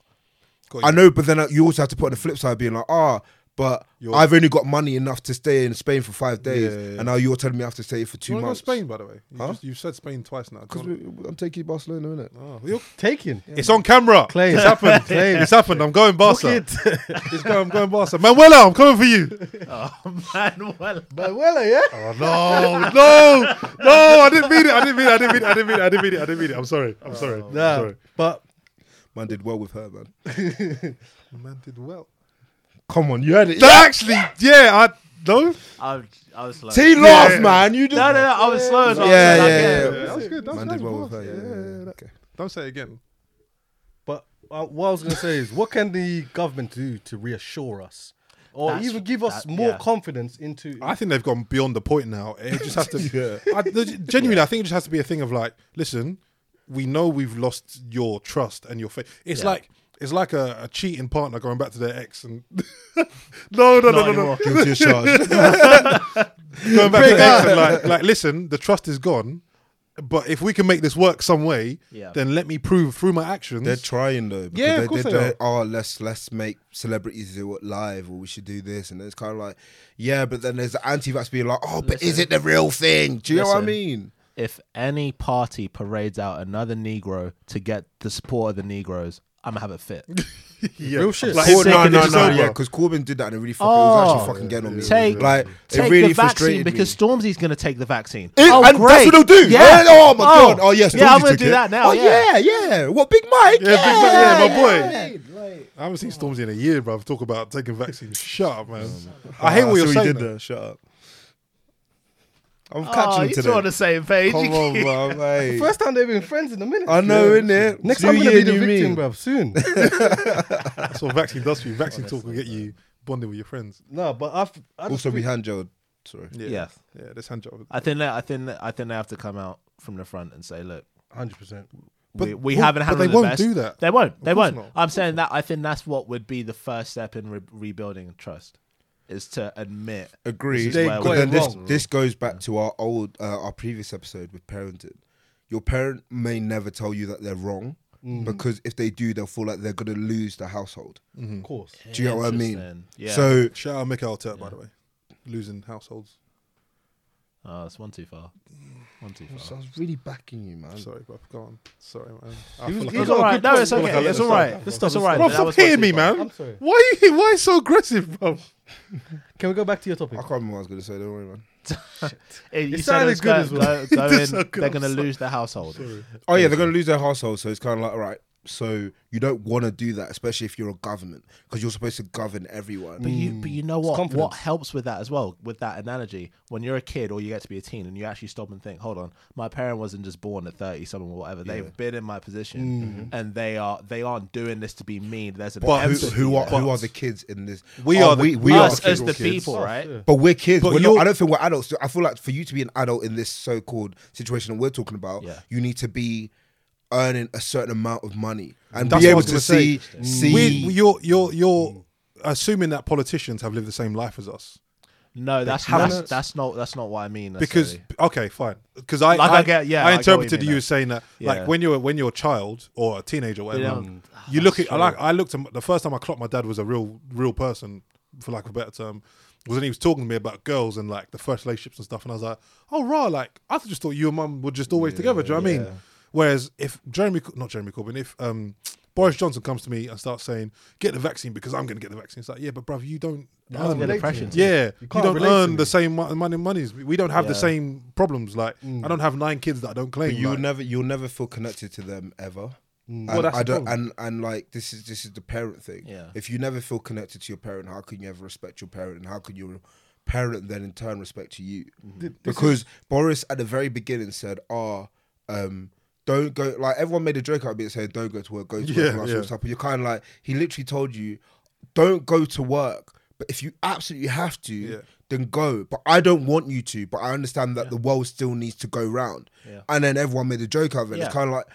S1: Got
S4: I
S1: you.
S4: know, but then uh, you also have to put on the flip side, being like, ah, but
S1: You're-
S4: I've only got money enough to stay in Spain for five days,
S1: Yeah, yeah, yeah.
S4: and now you're telling me I have to stay here for two
S1: Do you want to go to
S4: months.
S1: Spain, by the way? You
S4: Huh?
S1: just, you've said Spain twice now. Do
S4: Because
S1: you
S4: I'm taking Barcelona, innit?
S1: wanna- oh, you're-
S2: Taken.
S1: It's on camera.
S2: Claim.
S1: It's happened.
S2: Claim.
S1: It's happened. I'm going
S2: Book
S1: Barca.
S2: it.
S1: It's going, I'm going Barca. Manuela, I'm coming for you.
S3: Oh man, well,
S2: But well, yeah.
S1: Oh no, no, no! I didn't mean it. I didn't mean it. I didn't mean it. I didn't mean it. I didn't mean it. I didn't mean it. I'm sorry. I'm sorry. I'm
S2: Nah,
S1: sorry.
S2: but
S4: Man did well with her, man.
S1: Man did well.
S4: Come on, you had it.
S1: That actually, yeah. I no.
S3: I, I was slow.
S4: T
S1: Yeah.
S4: laugh, man. You did.
S3: no, no, no, I was slow. As well.
S4: Yeah,
S3: I was like,
S4: yeah, yeah.
S1: That was good. That was
S4: Man did
S1: nice
S4: well with
S1: pass.
S4: her. Yeah, yeah, yeah.
S1: that-
S4: Okay.
S1: Don't say it again.
S2: but uh, what I was gonna say is, what can the government do to reassure us, or
S3: That's-
S2: even give us
S3: that-
S2: more
S3: yeah.
S2: confidence into?
S1: I think they've gone beyond the point now. It just has to. I, the- genuinely, I think it just has to be a thing of like, listen, we know we've lost your trust and your faith. It's
S3: Yeah.
S1: like it's like a, a cheating partner going back to their ex and no, no, no, no, no,
S3: anymore.
S4: Guilty as
S1: going
S4: charged.
S1: back to the ex and like, like, listen, the trust is gone. But if we can make this work some way,
S3: Yeah.
S1: then let me prove through my actions.
S4: They're trying though. Because
S1: Yeah, of
S4: they,
S1: course they
S4: don't- Oh, let's let's make celebrities do it live, or we should do this, and it's kind of like, yeah, but then there's the anti-vax being like, oh, but is it the real thing? Do you know what I
S3: Listen.
S4: mean?
S3: If any party parades out another Negro to get the support of the Negroes, I'm gonna have it fit.
S1: yeah.
S2: Real shit.
S1: Like,
S2: Cor-
S1: it's taking it over.
S4: yeah, because Corbyn did that and it really fucking, it was actually
S3: Oh.
S4: fucking getting on me.
S3: Take,
S4: like,
S3: take
S4: it really
S3: the vaccine
S4: frustrated
S3: because
S4: me.
S3: Stormzy's gonna take the vaccine.
S4: It-
S3: oh,
S4: and
S3: great.
S4: that's what they'll do.
S3: Yeah.
S4: Oh my god. Oh yes.
S3: yeah,
S4: Stormzy
S3: I'm gonna
S4: took
S3: do
S4: it.
S3: that now.
S4: Oh yeah, yeah. What Big Mike?
S1: Yeah, Big Mike, yeah, my boy.
S4: boy.
S1: I haven't seen Stormzy in a year, bruv. Talk about taking vaccines. Shut up, Oh, man. I hate what you're saying. though.
S4: Shut up. I'm
S3: Oh,
S4: catching him
S3: you
S4: today.
S3: two on the same page.
S4: Come on, bro, mate.
S2: First time they've been friends in a minute.
S4: I know, innit?
S2: Next
S4: New
S2: time I'm gonna
S4: year,
S2: be the
S4: new me.
S2: victim, bruv, Soon.
S1: That's what vaccine does for you. Vaccine talk will get you bonding with your friends.
S2: no, but I've, I just
S4: Also, we hand gelled. Sorry.
S3: Yeah.
S1: Yeah, this hand job.
S3: I think that, I think that, I think they have to come out from the front and say, look,
S2: hundred percent.
S3: we,
S1: But-
S3: we
S1: but-
S3: haven't
S1: but
S3: handled
S1: they
S3: the
S1: won't
S3: best.
S1: do that.
S3: They won't. They
S1: course
S3: won't.
S1: not. Of
S3: I'm saying that I think that's what would be the first step in re- rebuilding trust is to admit.
S4: Agreed.
S3: This is where
S4: But
S3: we're
S4: then this,
S2: wrong.
S4: this goes back to our old, uh, our previous episode with parenting. Your parent may never tell you that they're wrong, because if they do, they'll feel like they're gonna lose the household.
S2: Of course.
S4: Do you know what I mean?
S3: Interesting. Yeah.
S4: So
S1: Shout out Mikel Arteta, by the way. Losing households.
S3: Oh, it's one too far. One too
S4: So I
S3: far.
S4: was really backing you, man.
S1: Sorry, bro. Go on. Sorry, man. I
S2: He was-
S1: feel
S2: he
S1: I-
S2: was got
S3: It's
S2: a
S3: all right.
S2: good
S3: No,
S2: point.
S3: it's okay. It's all right.
S2: Let's
S3: It's
S2: stop,
S3: all
S2: let's
S3: right.
S1: Bro,
S3: That
S1: stop
S3: was one
S1: hitting
S3: too
S1: me,
S3: far.
S1: man.
S2: I'm sorry.
S1: Why are you, why are you so aggressive, bro?
S2: Can we go back to your topic?
S4: I can't remember what I was gonna say. Don't worry, man.
S3: It, you
S2: It
S3: said
S2: sounded
S3: it's
S2: good
S3: go-
S2: as well.
S3: go- go
S1: It
S3: in,
S1: sounded good,
S3: they're
S1: I'm
S3: going to lose their household.
S4: Oh yeah, they're going to lose their household, so it's kind of like, all right. So you don't want to do that, especially if you're a government, because you're supposed to govern everyone.
S3: But you, but you know what? What
S2: confidence.
S3: helps with that as well, with that analogy, when you're a kid or you get to be a teen and you actually stop and think, hold on, my parent wasn't just born at thirty something or whatever. They've been in my position and they are they aren't doing this to be mean. There's an
S4: Mm-hmm. But who,
S3: empathy
S4: who are
S3: there.
S4: who are the kids in this? Oh,
S1: We are the-
S4: we, we
S3: us
S4: are
S3: as
S4: kids.
S3: the people, right?
S2: yeah.
S4: But we're kids.
S1: But
S4: we're not,
S1: you're-
S4: I don't think we're adults. I feel like for you to be an adult in this so-called situation that we're talking about,
S3: Yeah.
S4: you need to be earning a certain amount of money and
S1: That's
S4: be
S1: what I
S4: able
S1: was
S4: to
S1: gonna say.
S4: see see.
S1: We, you're you're you're assuming that politicians have lived the same life as us
S3: No, that's
S1: haven't-
S3: that's, that's not that's not what I mean.
S1: because
S3: necessarily.
S1: okay, fine. Because I,
S3: Like,
S1: I
S3: I get- yeah,
S1: I
S3: I get what you
S1: interpreted
S3: mean
S1: you
S3: there.
S1: as saying that
S3: Yeah. Ah,
S1: like when you're when you're a child or a teenager or whatever, Mm.
S3: don't-
S1: you look at I like I looked at the first time I clocked my dad was a real real person for lack of a better term was when he was talking to me about girls and like the first relationships and stuff, and I was like, oh rah, like I just thought you and mum were just always together. Do you know what I mean? Whereas if Jeremy, not Jeremy Corbyn, if um. Boris Johnson comes to me and starts saying, "Get the vaccine because I'm going to get the vaccine." It's like, yeah, but bruv, you don't
S2: That's
S1: earn
S3: the
S2: relating.
S3: depression.
S1: yeah, you,
S2: can't
S1: don't
S2: relate to
S1: earn the
S2: me.
S1: same mo- money. Monies. We don't have the
S3: Yeah.
S1: same problems. Like
S4: Mm.
S1: I don't have nine kids that I don't claim.
S4: you'll
S1: like-
S4: never you'll never feel connected to them ever. And
S2: Well, that's
S4: I
S2: the
S4: don't
S2: problem.
S4: and, and like this is this is the parent thing.
S3: Yeah.
S4: If you never feel connected to your parent, how can you ever respect your parent and how can your parent then in turn respect to you?
S2: Mm-hmm.
S4: Because Boris at the very beginning said, "Ah, um, don't go like everyone made a joke out of it saying don't go to work, go to
S1: Yeah,
S4: work and all that sort
S1: yeah.
S4: of stuff. But you're kinda like he literally told you, Don't go to work, but if you absolutely have to
S1: Yeah.
S4: then go. But I don't want you to. But I understand that the world still needs to go round.
S3: Yeah.
S4: And then everyone made a joke out of it. It's
S3: Yeah.
S4: kind of like,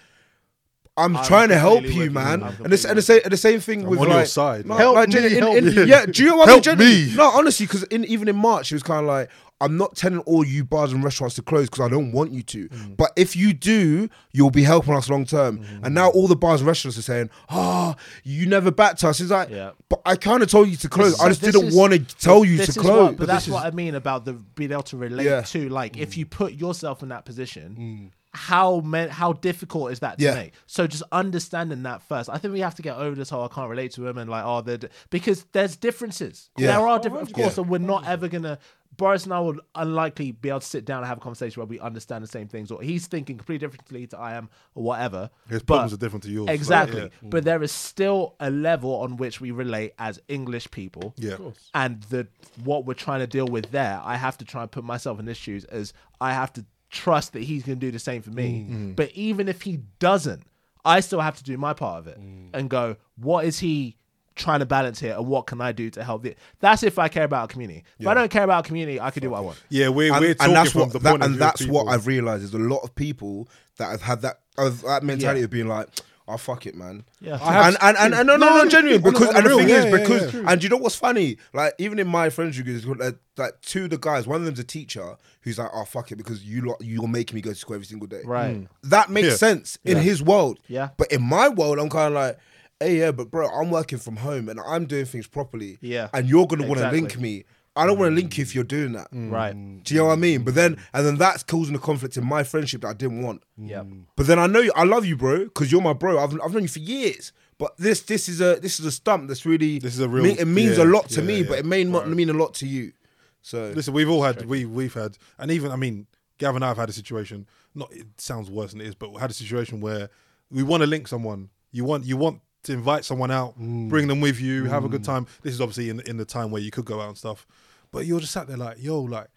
S4: I'm,
S3: I'm
S4: trying to help
S3: completely with
S4: you,
S3: you.
S4: man.
S3: I'm
S4: And, it's, and the same and the same thing with
S1: on
S4: like,
S1: your side,
S4: No,
S1: man.
S4: like,
S2: Help
S4: gen-
S2: me,
S4: in-
S2: help
S4: in-
S2: me.
S4: yeah. Do you know what
S1: Help
S4: I mean? generally?
S1: me.
S4: No, honestly, because in, even in March, it was kind of like. I'm not telling all you bars and restaurants to close because I don't want you to.
S3: Mm.
S4: But if you do, you'll be helping us long term. And now all the bars and restaurants are saying, "Ah, you never backed us." It's like,
S3: Yeah.
S4: but I kind of told you to close. I
S3: So
S4: just
S3: this
S4: didn't
S3: is-
S4: want to tell you
S3: this
S4: to
S3: is
S4: close.
S3: What, but that's what I mean about the being able to relate
S4: Yeah.
S3: to. Like, if you put yourself in that position, how men, how difficult is that to
S4: Yeah.
S3: make? So just understanding that first. I think we have to get over this whole I can't relate to him and like oh they're d-" because there's differences.
S4: Yeah.
S3: There are different, of course, and we're not ever gonna. Boris and I would unlikely be able to sit down and have a conversation where we understand the same things, or he's thinking completely differently to I am, or whatever.
S1: His
S3: But-
S1: problems are different to yours, like,
S3: Exactly,
S1: yeah.
S3: but there is still a level on which we relate as English people
S1: Yeah.
S3: and the what we're trying to deal with there, I have to try and put myself in his shoes as I have to trust that he's going to do the same for me.
S4: Mm.
S3: But even if he doesn't, I still have to do my part of it and go, what is he trying to balance here and what can I do to help it? That's if I care about our community. If I don't care about our community, I can do what I want.
S1: yeah, we're
S4: and,
S1: we're
S4: and
S1: talking
S4: that's
S1: from
S4: what
S1: the
S4: that-
S1: point of
S4: and
S1: view of
S4: that's what
S1: people.
S4: I've realized is a lot of people that have had that of that mentality of being like, "Oh fuck it, man."
S3: Yeah. I
S1: have-
S4: and, and and and no,
S1: No,
S4: no,
S1: no,
S4: no, genuinely
S1: on the-
S4: because
S1: on the
S4: and the
S1: real,
S4: thing
S1: yeah,
S4: is
S1: yeah,
S4: because
S1: yeah.
S4: and you know what's funny? Like even in my friends group, there's like, like two of the guys, one of them's a teacher who's like, "Oh fuck it," because you lot you're making me go to school every single day.
S3: Right. Mm.
S4: That makes
S1: Yeah.
S4: sense in his world.
S3: Yeah.
S4: But in my world, I'm kind of like. Hey, yeah, but bro, I'm working from home and I'm doing things properly.
S3: Yeah.
S4: And you're going to want to
S3: Exactly.
S4: link me. I don't want to link you if you're doing that.
S3: Right.
S4: Do you know what I mean? But then, and then that's causing a conflict in my friendship that I didn't want.
S3: Yeah.
S4: But then I know you, I love you, bro, because you're my bro. I've, I've known you for years. But this this is a this is a stump that's really
S1: This is a real-
S4: mean- it means
S1: yeah,
S4: a lot to
S1: yeah,
S4: me,
S1: yeah.
S4: but it may not mean a lot to you. So
S1: Listen, we've all had we we've had, and even I mean, Gavin and I have had a situation. Not it sounds worse than it is, but we had a situation where we want to link someone. You want you want to invite someone out,
S4: Mm.
S1: bring them with you, have a good time. This is obviously in in the time where you could go out and stuff, but you're just sat there like, yo, like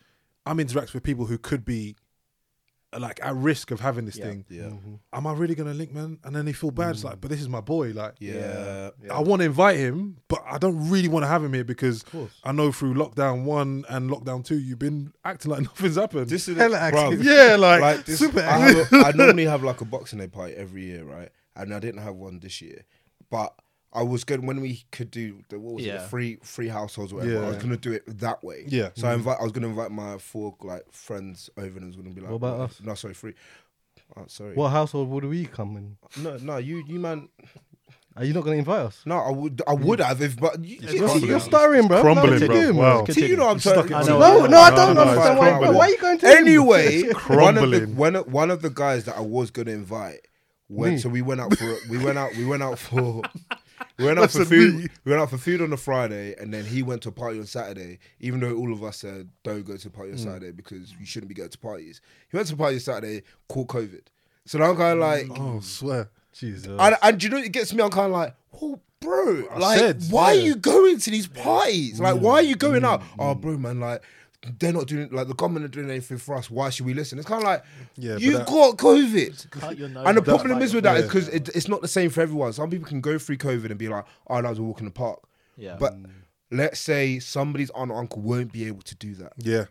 S1: I'm interacting with people who could be like at risk of having this thing. Yeah. Am I really gonna link, man? And then they feel bad. It's like, but this is my boy. Like,
S4: yeah,
S1: I want to invite him, but I don't really want to have him here because I know through lockdown one and lockdown two, you've been acting like nothing's happened.
S4: This is
S2: Hella
S4: bruv,
S2: active.
S1: yeah, like,
S4: like this,
S1: super.
S4: I, have a, I normally have like a boxing day party every year, right? And I didn't have one this year, but I was good when we could do the what was it,
S3: Yeah.
S4: the three three households, or whatever. I was
S1: Yeah.
S4: gonna do it that way.
S1: Yeah.
S4: So I invite, I was gonna invite my four like friends over, and it was gonna be like,
S2: What about us?
S4: No, sorry, three. Oh, sorry.
S2: What household would we come in?
S4: No, no, you, you man.
S2: Are you not going to invite us?
S4: No, I would, I would have if, but you,
S1: It's
S4: you-
S2: You're,
S1: Crumbling.
S2: you're stuttering, bro.
S1: Crumbling,
S2: What
S1: bro.
S2: you doing,
S1: Wow.
S4: Do you know what I'm
S1: Stuck
S4: talking
S1: it
S3: I
S4: about?
S1: on
S3: know,
S2: No, no, I
S1: No,
S2: don't
S1: no, it's
S2: understand. Why,
S1: crumbling.
S2: why are you going to
S4: anyway, one of the
S1: Crumbling.
S4: one of, one of the guys that I was gonna invite went. So we went out for we went out we went out for we went out for
S1: That's a
S4: food.
S1: me.
S4: We went out for food on a Friday, and then he went to a party on Saturday. Even though all of us said don't go to a
S2: Mm.
S4: party on Saturday because you shouldn't be going to parties, he went to a party on Saturday, caught COVID. So now I'm kind of like,
S1: Oh, swear.
S2: Jesus.
S4: and, and do you know what it gets me? I'm kind of like, well, bro, like,
S1: said,
S4: why
S1: yeah.
S4: are you going to these parties? Like, why are you going out? Oh, bro, man, like, they're not doing, like, the government are doing anything for us. Why should we listen? It's kind of like,
S1: Yeah, but
S4: you
S1: that-
S4: got COVID.
S3: Cut your nose
S4: and the
S3: off,
S4: problem
S3: bite
S4: is
S3: your
S4: with that is
S1: nose.
S4: because it, it's not the same for everyone. Some people can go through COVID and be like, oh, that was a walk in the park.
S3: Yeah.
S4: But let's say somebody's aunt or uncle won't be able to do that.
S1: Yeah.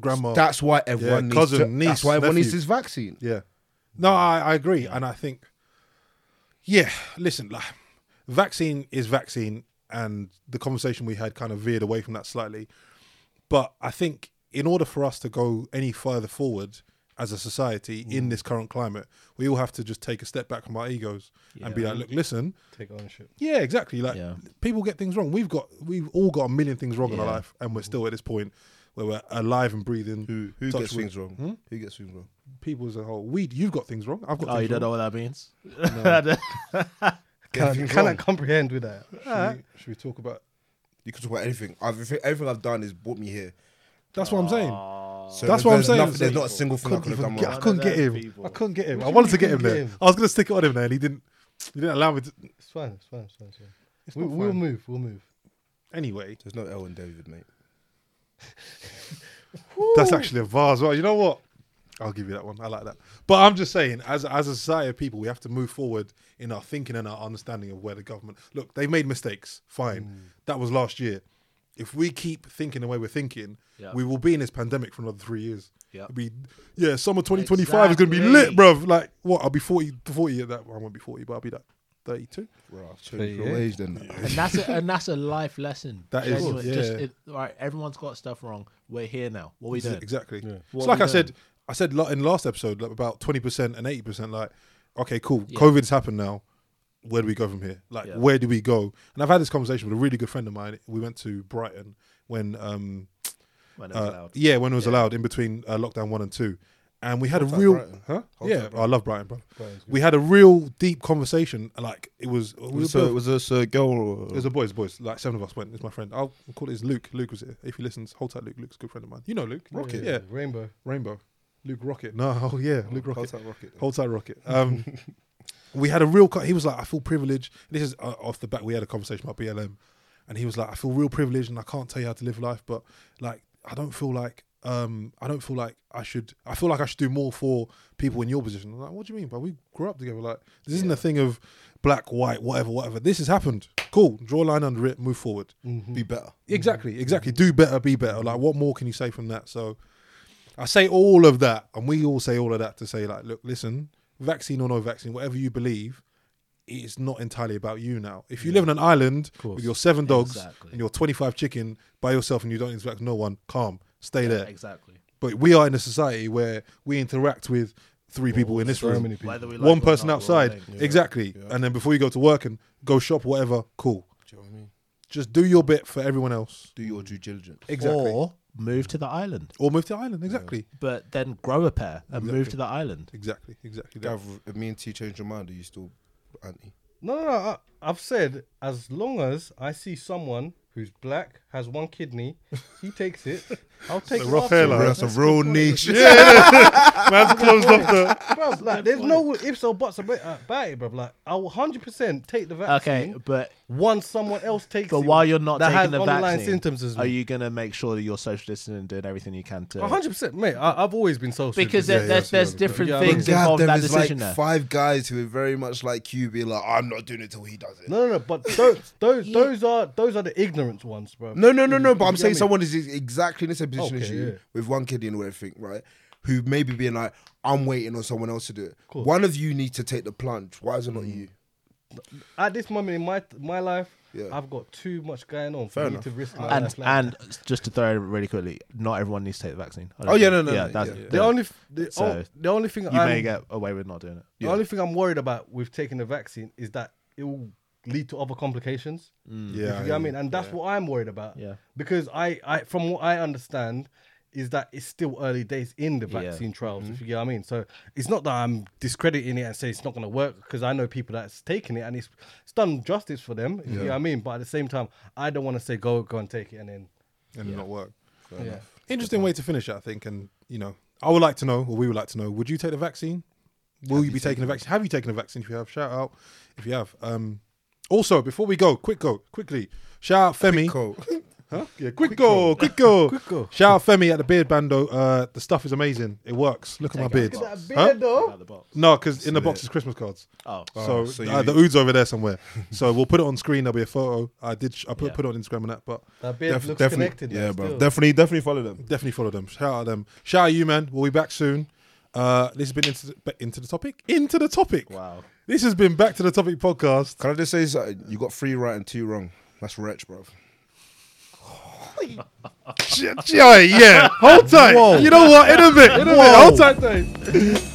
S1: Grandma.
S4: That's why everyone needs
S1: cousin,
S4: to,
S1: niece,
S4: That's why everyone needs
S1: nephew.
S4: this vaccine.
S1: Yeah. No, I, I agree. And I think, yeah, listen, like, vaccine is vaccine. And the conversation we had kind of veered away from that slightly. But I think in order for us to go any further forward as a
S3: Mm.
S1: society in this current climate, we all have to just take a step back from our egos and be like, look, listen,
S2: Take ownership.
S1: yeah, exactly. Like
S3: Yeah.
S1: people get things wrong. We've got we've all got a million things wrong in our
S3: Yeah.
S1: life, and we're still at this point where we're alive and breathing.
S4: Who, who
S1: Touch
S4: gets
S1: wood.
S4: things wrong? Who gets things wrong?
S1: People as a whole. We you've got things wrong. I've got.
S3: Oh,
S1: things
S3: you don't
S1: wrong.
S3: know what that means?
S4: Get
S2: Can,
S4: things
S2: can I
S4: wrong.
S2: comprehend with that?
S1: Should we,
S2: Uh-huh.
S1: should we talk about?
S4: You can talk about anything. I've, everything I've done is brought me here.
S1: That's what I'm saying.
S2: Ah.
S4: So
S1: That's
S4: there's-
S1: what I'm
S4: there's
S1: saying.
S4: nothing- there's
S1: So-
S4: not a single thing I could have done
S1: even get, I
S4: wrong.
S1: couldn't
S3: None
S1: get
S3: of
S1: him.
S3: them people.
S1: I couldn't get him.
S2: What
S1: I
S2: do you
S1: wanted to
S2: mean
S1: get
S2: you
S1: him
S2: couldn't
S1: there.
S2: get him?
S1: I was gonna stick it on him there, and he didn't. He didn't allow me to.
S2: It's fine. It's fine. It's fine. It's fine.
S1: It's
S2: We,
S1: not
S2: we'll
S1: fine.
S2: move. We'll move.
S1: Anyway,
S4: There's no L in David, mate.
S1: that's actually a var as well. You know what? I'll give you that one. I like that. But I'm just saying, as as a society of people, we have to move forward in our thinking and our understanding of where the government look. They made mistakes. Fine,
S3: Mm.
S1: that was last year. If we keep thinking the way we're thinking,
S3: Yeah.
S1: we will be in this pandemic for another three years.
S3: Yeah.
S1: It'll be yeah, summer 2025 is going to be lit,
S3: Exactly.
S1: bruv. Like what? I'll be 40, 40 at that. I won't be 40, but I'll be like 32.
S4: Well, I've
S2: There
S4: changed
S2: you
S4: your
S2: go.
S4: age then.
S3: and that's a, and that's a life lesson.
S1: That is,
S3: Genuine.
S1: yeah.
S3: Just, it, all right, everyone's got stuff wrong. We're here now. What we doing?
S1: Exactly. It's
S3: What
S1: like
S3: we
S1: I said. I said lo- in last episode like about twenty percent and eighty percent. Like, okay, cool.
S3: Yeah.
S1: COVID's happened now. Where do we go from here? Like,
S3: Yeah.
S1: where do we go? And I've had this conversation with a really good friend of mine. We went to Brighton when, um,
S3: When it was
S1: uh,
S3: allowed.
S1: yeah, when it was allowed in between uh, lockdown one and two, and we had a
S4: Hot tub
S1: real,
S4: Brighton.
S1: huh?
S4: Hot
S1: yeah,
S4: tub
S1: I love Brighton, bro.
S2: Brighton's
S1: We had a real deep conversation. Like, it was, we were both-
S4: was this a girl? Or...
S1: it was a boys, boys. Like seven of us went. It's my friend. I'll call it his Luke. Luke was here. If he listens, hold tight, Luke. Luke's a good friend of mine. You know Luke.
S2: Yeah,
S1: Yeah.
S2: Rainbow.
S1: Rainbow. Luke Rocket. No, oh yeah, Luke Rocket.
S4: Rocket. Rocket.
S1: Whole time rocket. Um, we had a real. Co- he was like, I feel privileged. This is uh, off the bat. We had a conversation about BLM, and he was like, I feel real privileged, and I can't tell you how to live life, but like, I don't feel like. Um, I don't feel like I should. I feel like I should do more for people in your position. I'm like, what do you mean? But we grew up together. Like, this isn't a thing of black, white, whatever, whatever. This has happened. Cool. Draw a line under it. Move forward.
S4: Be better.
S1: Exactly, exactly. Do better, be better. Like, what more can you say from that? So, I say all of that, and we all say all of that to say, like, look, listen, vaccine or no vaccine, whatever you believe, it's not entirely about you now. If you live on an island
S2: course.
S1: with your seven dogs
S3: Exactly.
S1: and your 25 chicken by yourself and you don't interact with no one, calm, stay there.
S3: Exactly.
S1: But we are in a society where we interact with three people in this
S2: So
S1: room
S2: many people.
S3: Whether we like
S1: one
S3: it or
S1: person
S3: not, we're all
S1: outside.
S3: linked.
S1: Exactly. And then before you go to work and go shop, whatever, cool.
S4: Do you know what I mean?
S1: Just do your bit for everyone else.
S4: Do your due diligence.
S1: Exactly. Or,
S3: Or move to the island,
S1: move to Ireland. Exactly.
S3: but then grow a pair and move to the island.
S1: Exactly. Exactly. that.
S4: Gav, if me and T changed your mind, are you still anti?
S2: No, no, no. I, I've said as long as I see someone who's black, has one kidney, he takes it. I'll take it.
S1: rough
S2: after
S1: hairline.
S2: him.
S1: That's
S4: a real niche.
S1: Man's closed off the.
S2: Bruv, like, there's no ifs or buts about about it, bruv. Like, I'll 100% take the vaccine.
S3: Okay, but
S2: Once someone else takes
S3: but
S2: it,
S3: while you're not
S2: that
S3: taking
S2: has
S3: the
S2: underlying
S3: vaccine,
S2: symptoms as well.
S3: are you gonna make sure that you're social distancing and doing everything you can to?
S2: 100%, mate. I, I've always been social.
S3: Because
S2: distancing.
S3: there, there's there's different
S2: Yeah, I mean,
S3: things
S4: God,
S3: involved in
S4: there
S3: that
S4: is like
S3: decision there.
S4: five guys who are very much like you, be like, I'm not doing it till he does it.
S2: No, no, no. But those, those, those are those are the ignorant ones, bro.
S4: No, no, no, no. But I'm
S2: You get
S4: saying
S2: me?
S4: someone is ex- exactly in the same position as
S2: Okay,
S4: you,
S2: yeah.
S4: with one kidney and everything, right? Who maybe being like, I'm waiting on someone else to do it.
S2: Mm.
S4: One of you needs to take the plunge. Why is it not you?
S2: At this moment in my my life,
S4: Yeah.
S2: I've got too much going on for
S4: Fair
S2: me
S4: enough.
S2: to risk my
S3: And
S2: life like
S3: and just to throw it really quickly, not everyone needs to take the vaccine. I don't
S4: Oh, yeah,
S3: think-
S4: no, no,
S3: yeah,
S4: no,
S3: that's-
S4: yeah.
S2: the only f- the,
S3: So,
S2: o- the only thing
S3: you
S2: I'm,
S3: may get away with not doing it.
S2: the only thing I'm worried about with taking the vaccine is that it will lead to other complications.
S1: Yeah,
S2: If you get what I mean, and that's what I'm worried about.
S3: Yeah.
S2: Because I, I, from what I understand, is that it's still early days in the
S3: Yeah.
S2: vaccine trials.
S1: Mm-hmm.
S2: If you get what I mean, so it's not that I'm discrediting it and say it's not going to work because I know people that's taken it and it's, it's done justice for them. If You get what I mean, but at the same time, I don't want to say go go and take it and then
S1: and not work.
S2: yeah.
S1: Interesting way to finish it, I think. And you know, I would like to know, or we would like to know, would you take the vaccine? Will you be taking the vaccine? Have you taken the vaccine? If you have, shout out. If you have, um, also before we go, quick go, quickly shout out Femi.
S4: Cool.
S1: Huh? Yeah, quick, go, quick go,
S2: Quick go.
S1: Shout out Femi at the beard bando. Uh, the stuff is amazing. It works. Look at my beard.
S2: Look at that
S1: Huh?
S2: beard, though.
S3: the box.
S1: No, because in the box is Christmas cards.
S3: Oh.
S1: so,
S4: so
S1: uh,
S4: you-
S1: the ood's over there somewhere. so we'll put it on screen. There'll be a photo. I did. sh- I put
S3: Yeah.
S1: put it on Instagram and that, but
S2: That beard
S4: Def-
S2: looks
S4: definitely,
S2: connected.
S4: yeah,
S2: like,
S4: bro.
S2: still.
S4: Definitely, definitely follow them.
S1: definitely follow them. Shout out them. Shout out you, man. We'll be back soon. Uh, this has been into the, Be- into the topic. Into the topic.
S3: Wow.
S1: This has been back to the topic podcast.
S4: Can I just say something? You got three right and two wrong. That's wretch, bro.
S1: yeah, yeah. Hold tight. You know what? In a bit. In a bit. Hold tight, Dave.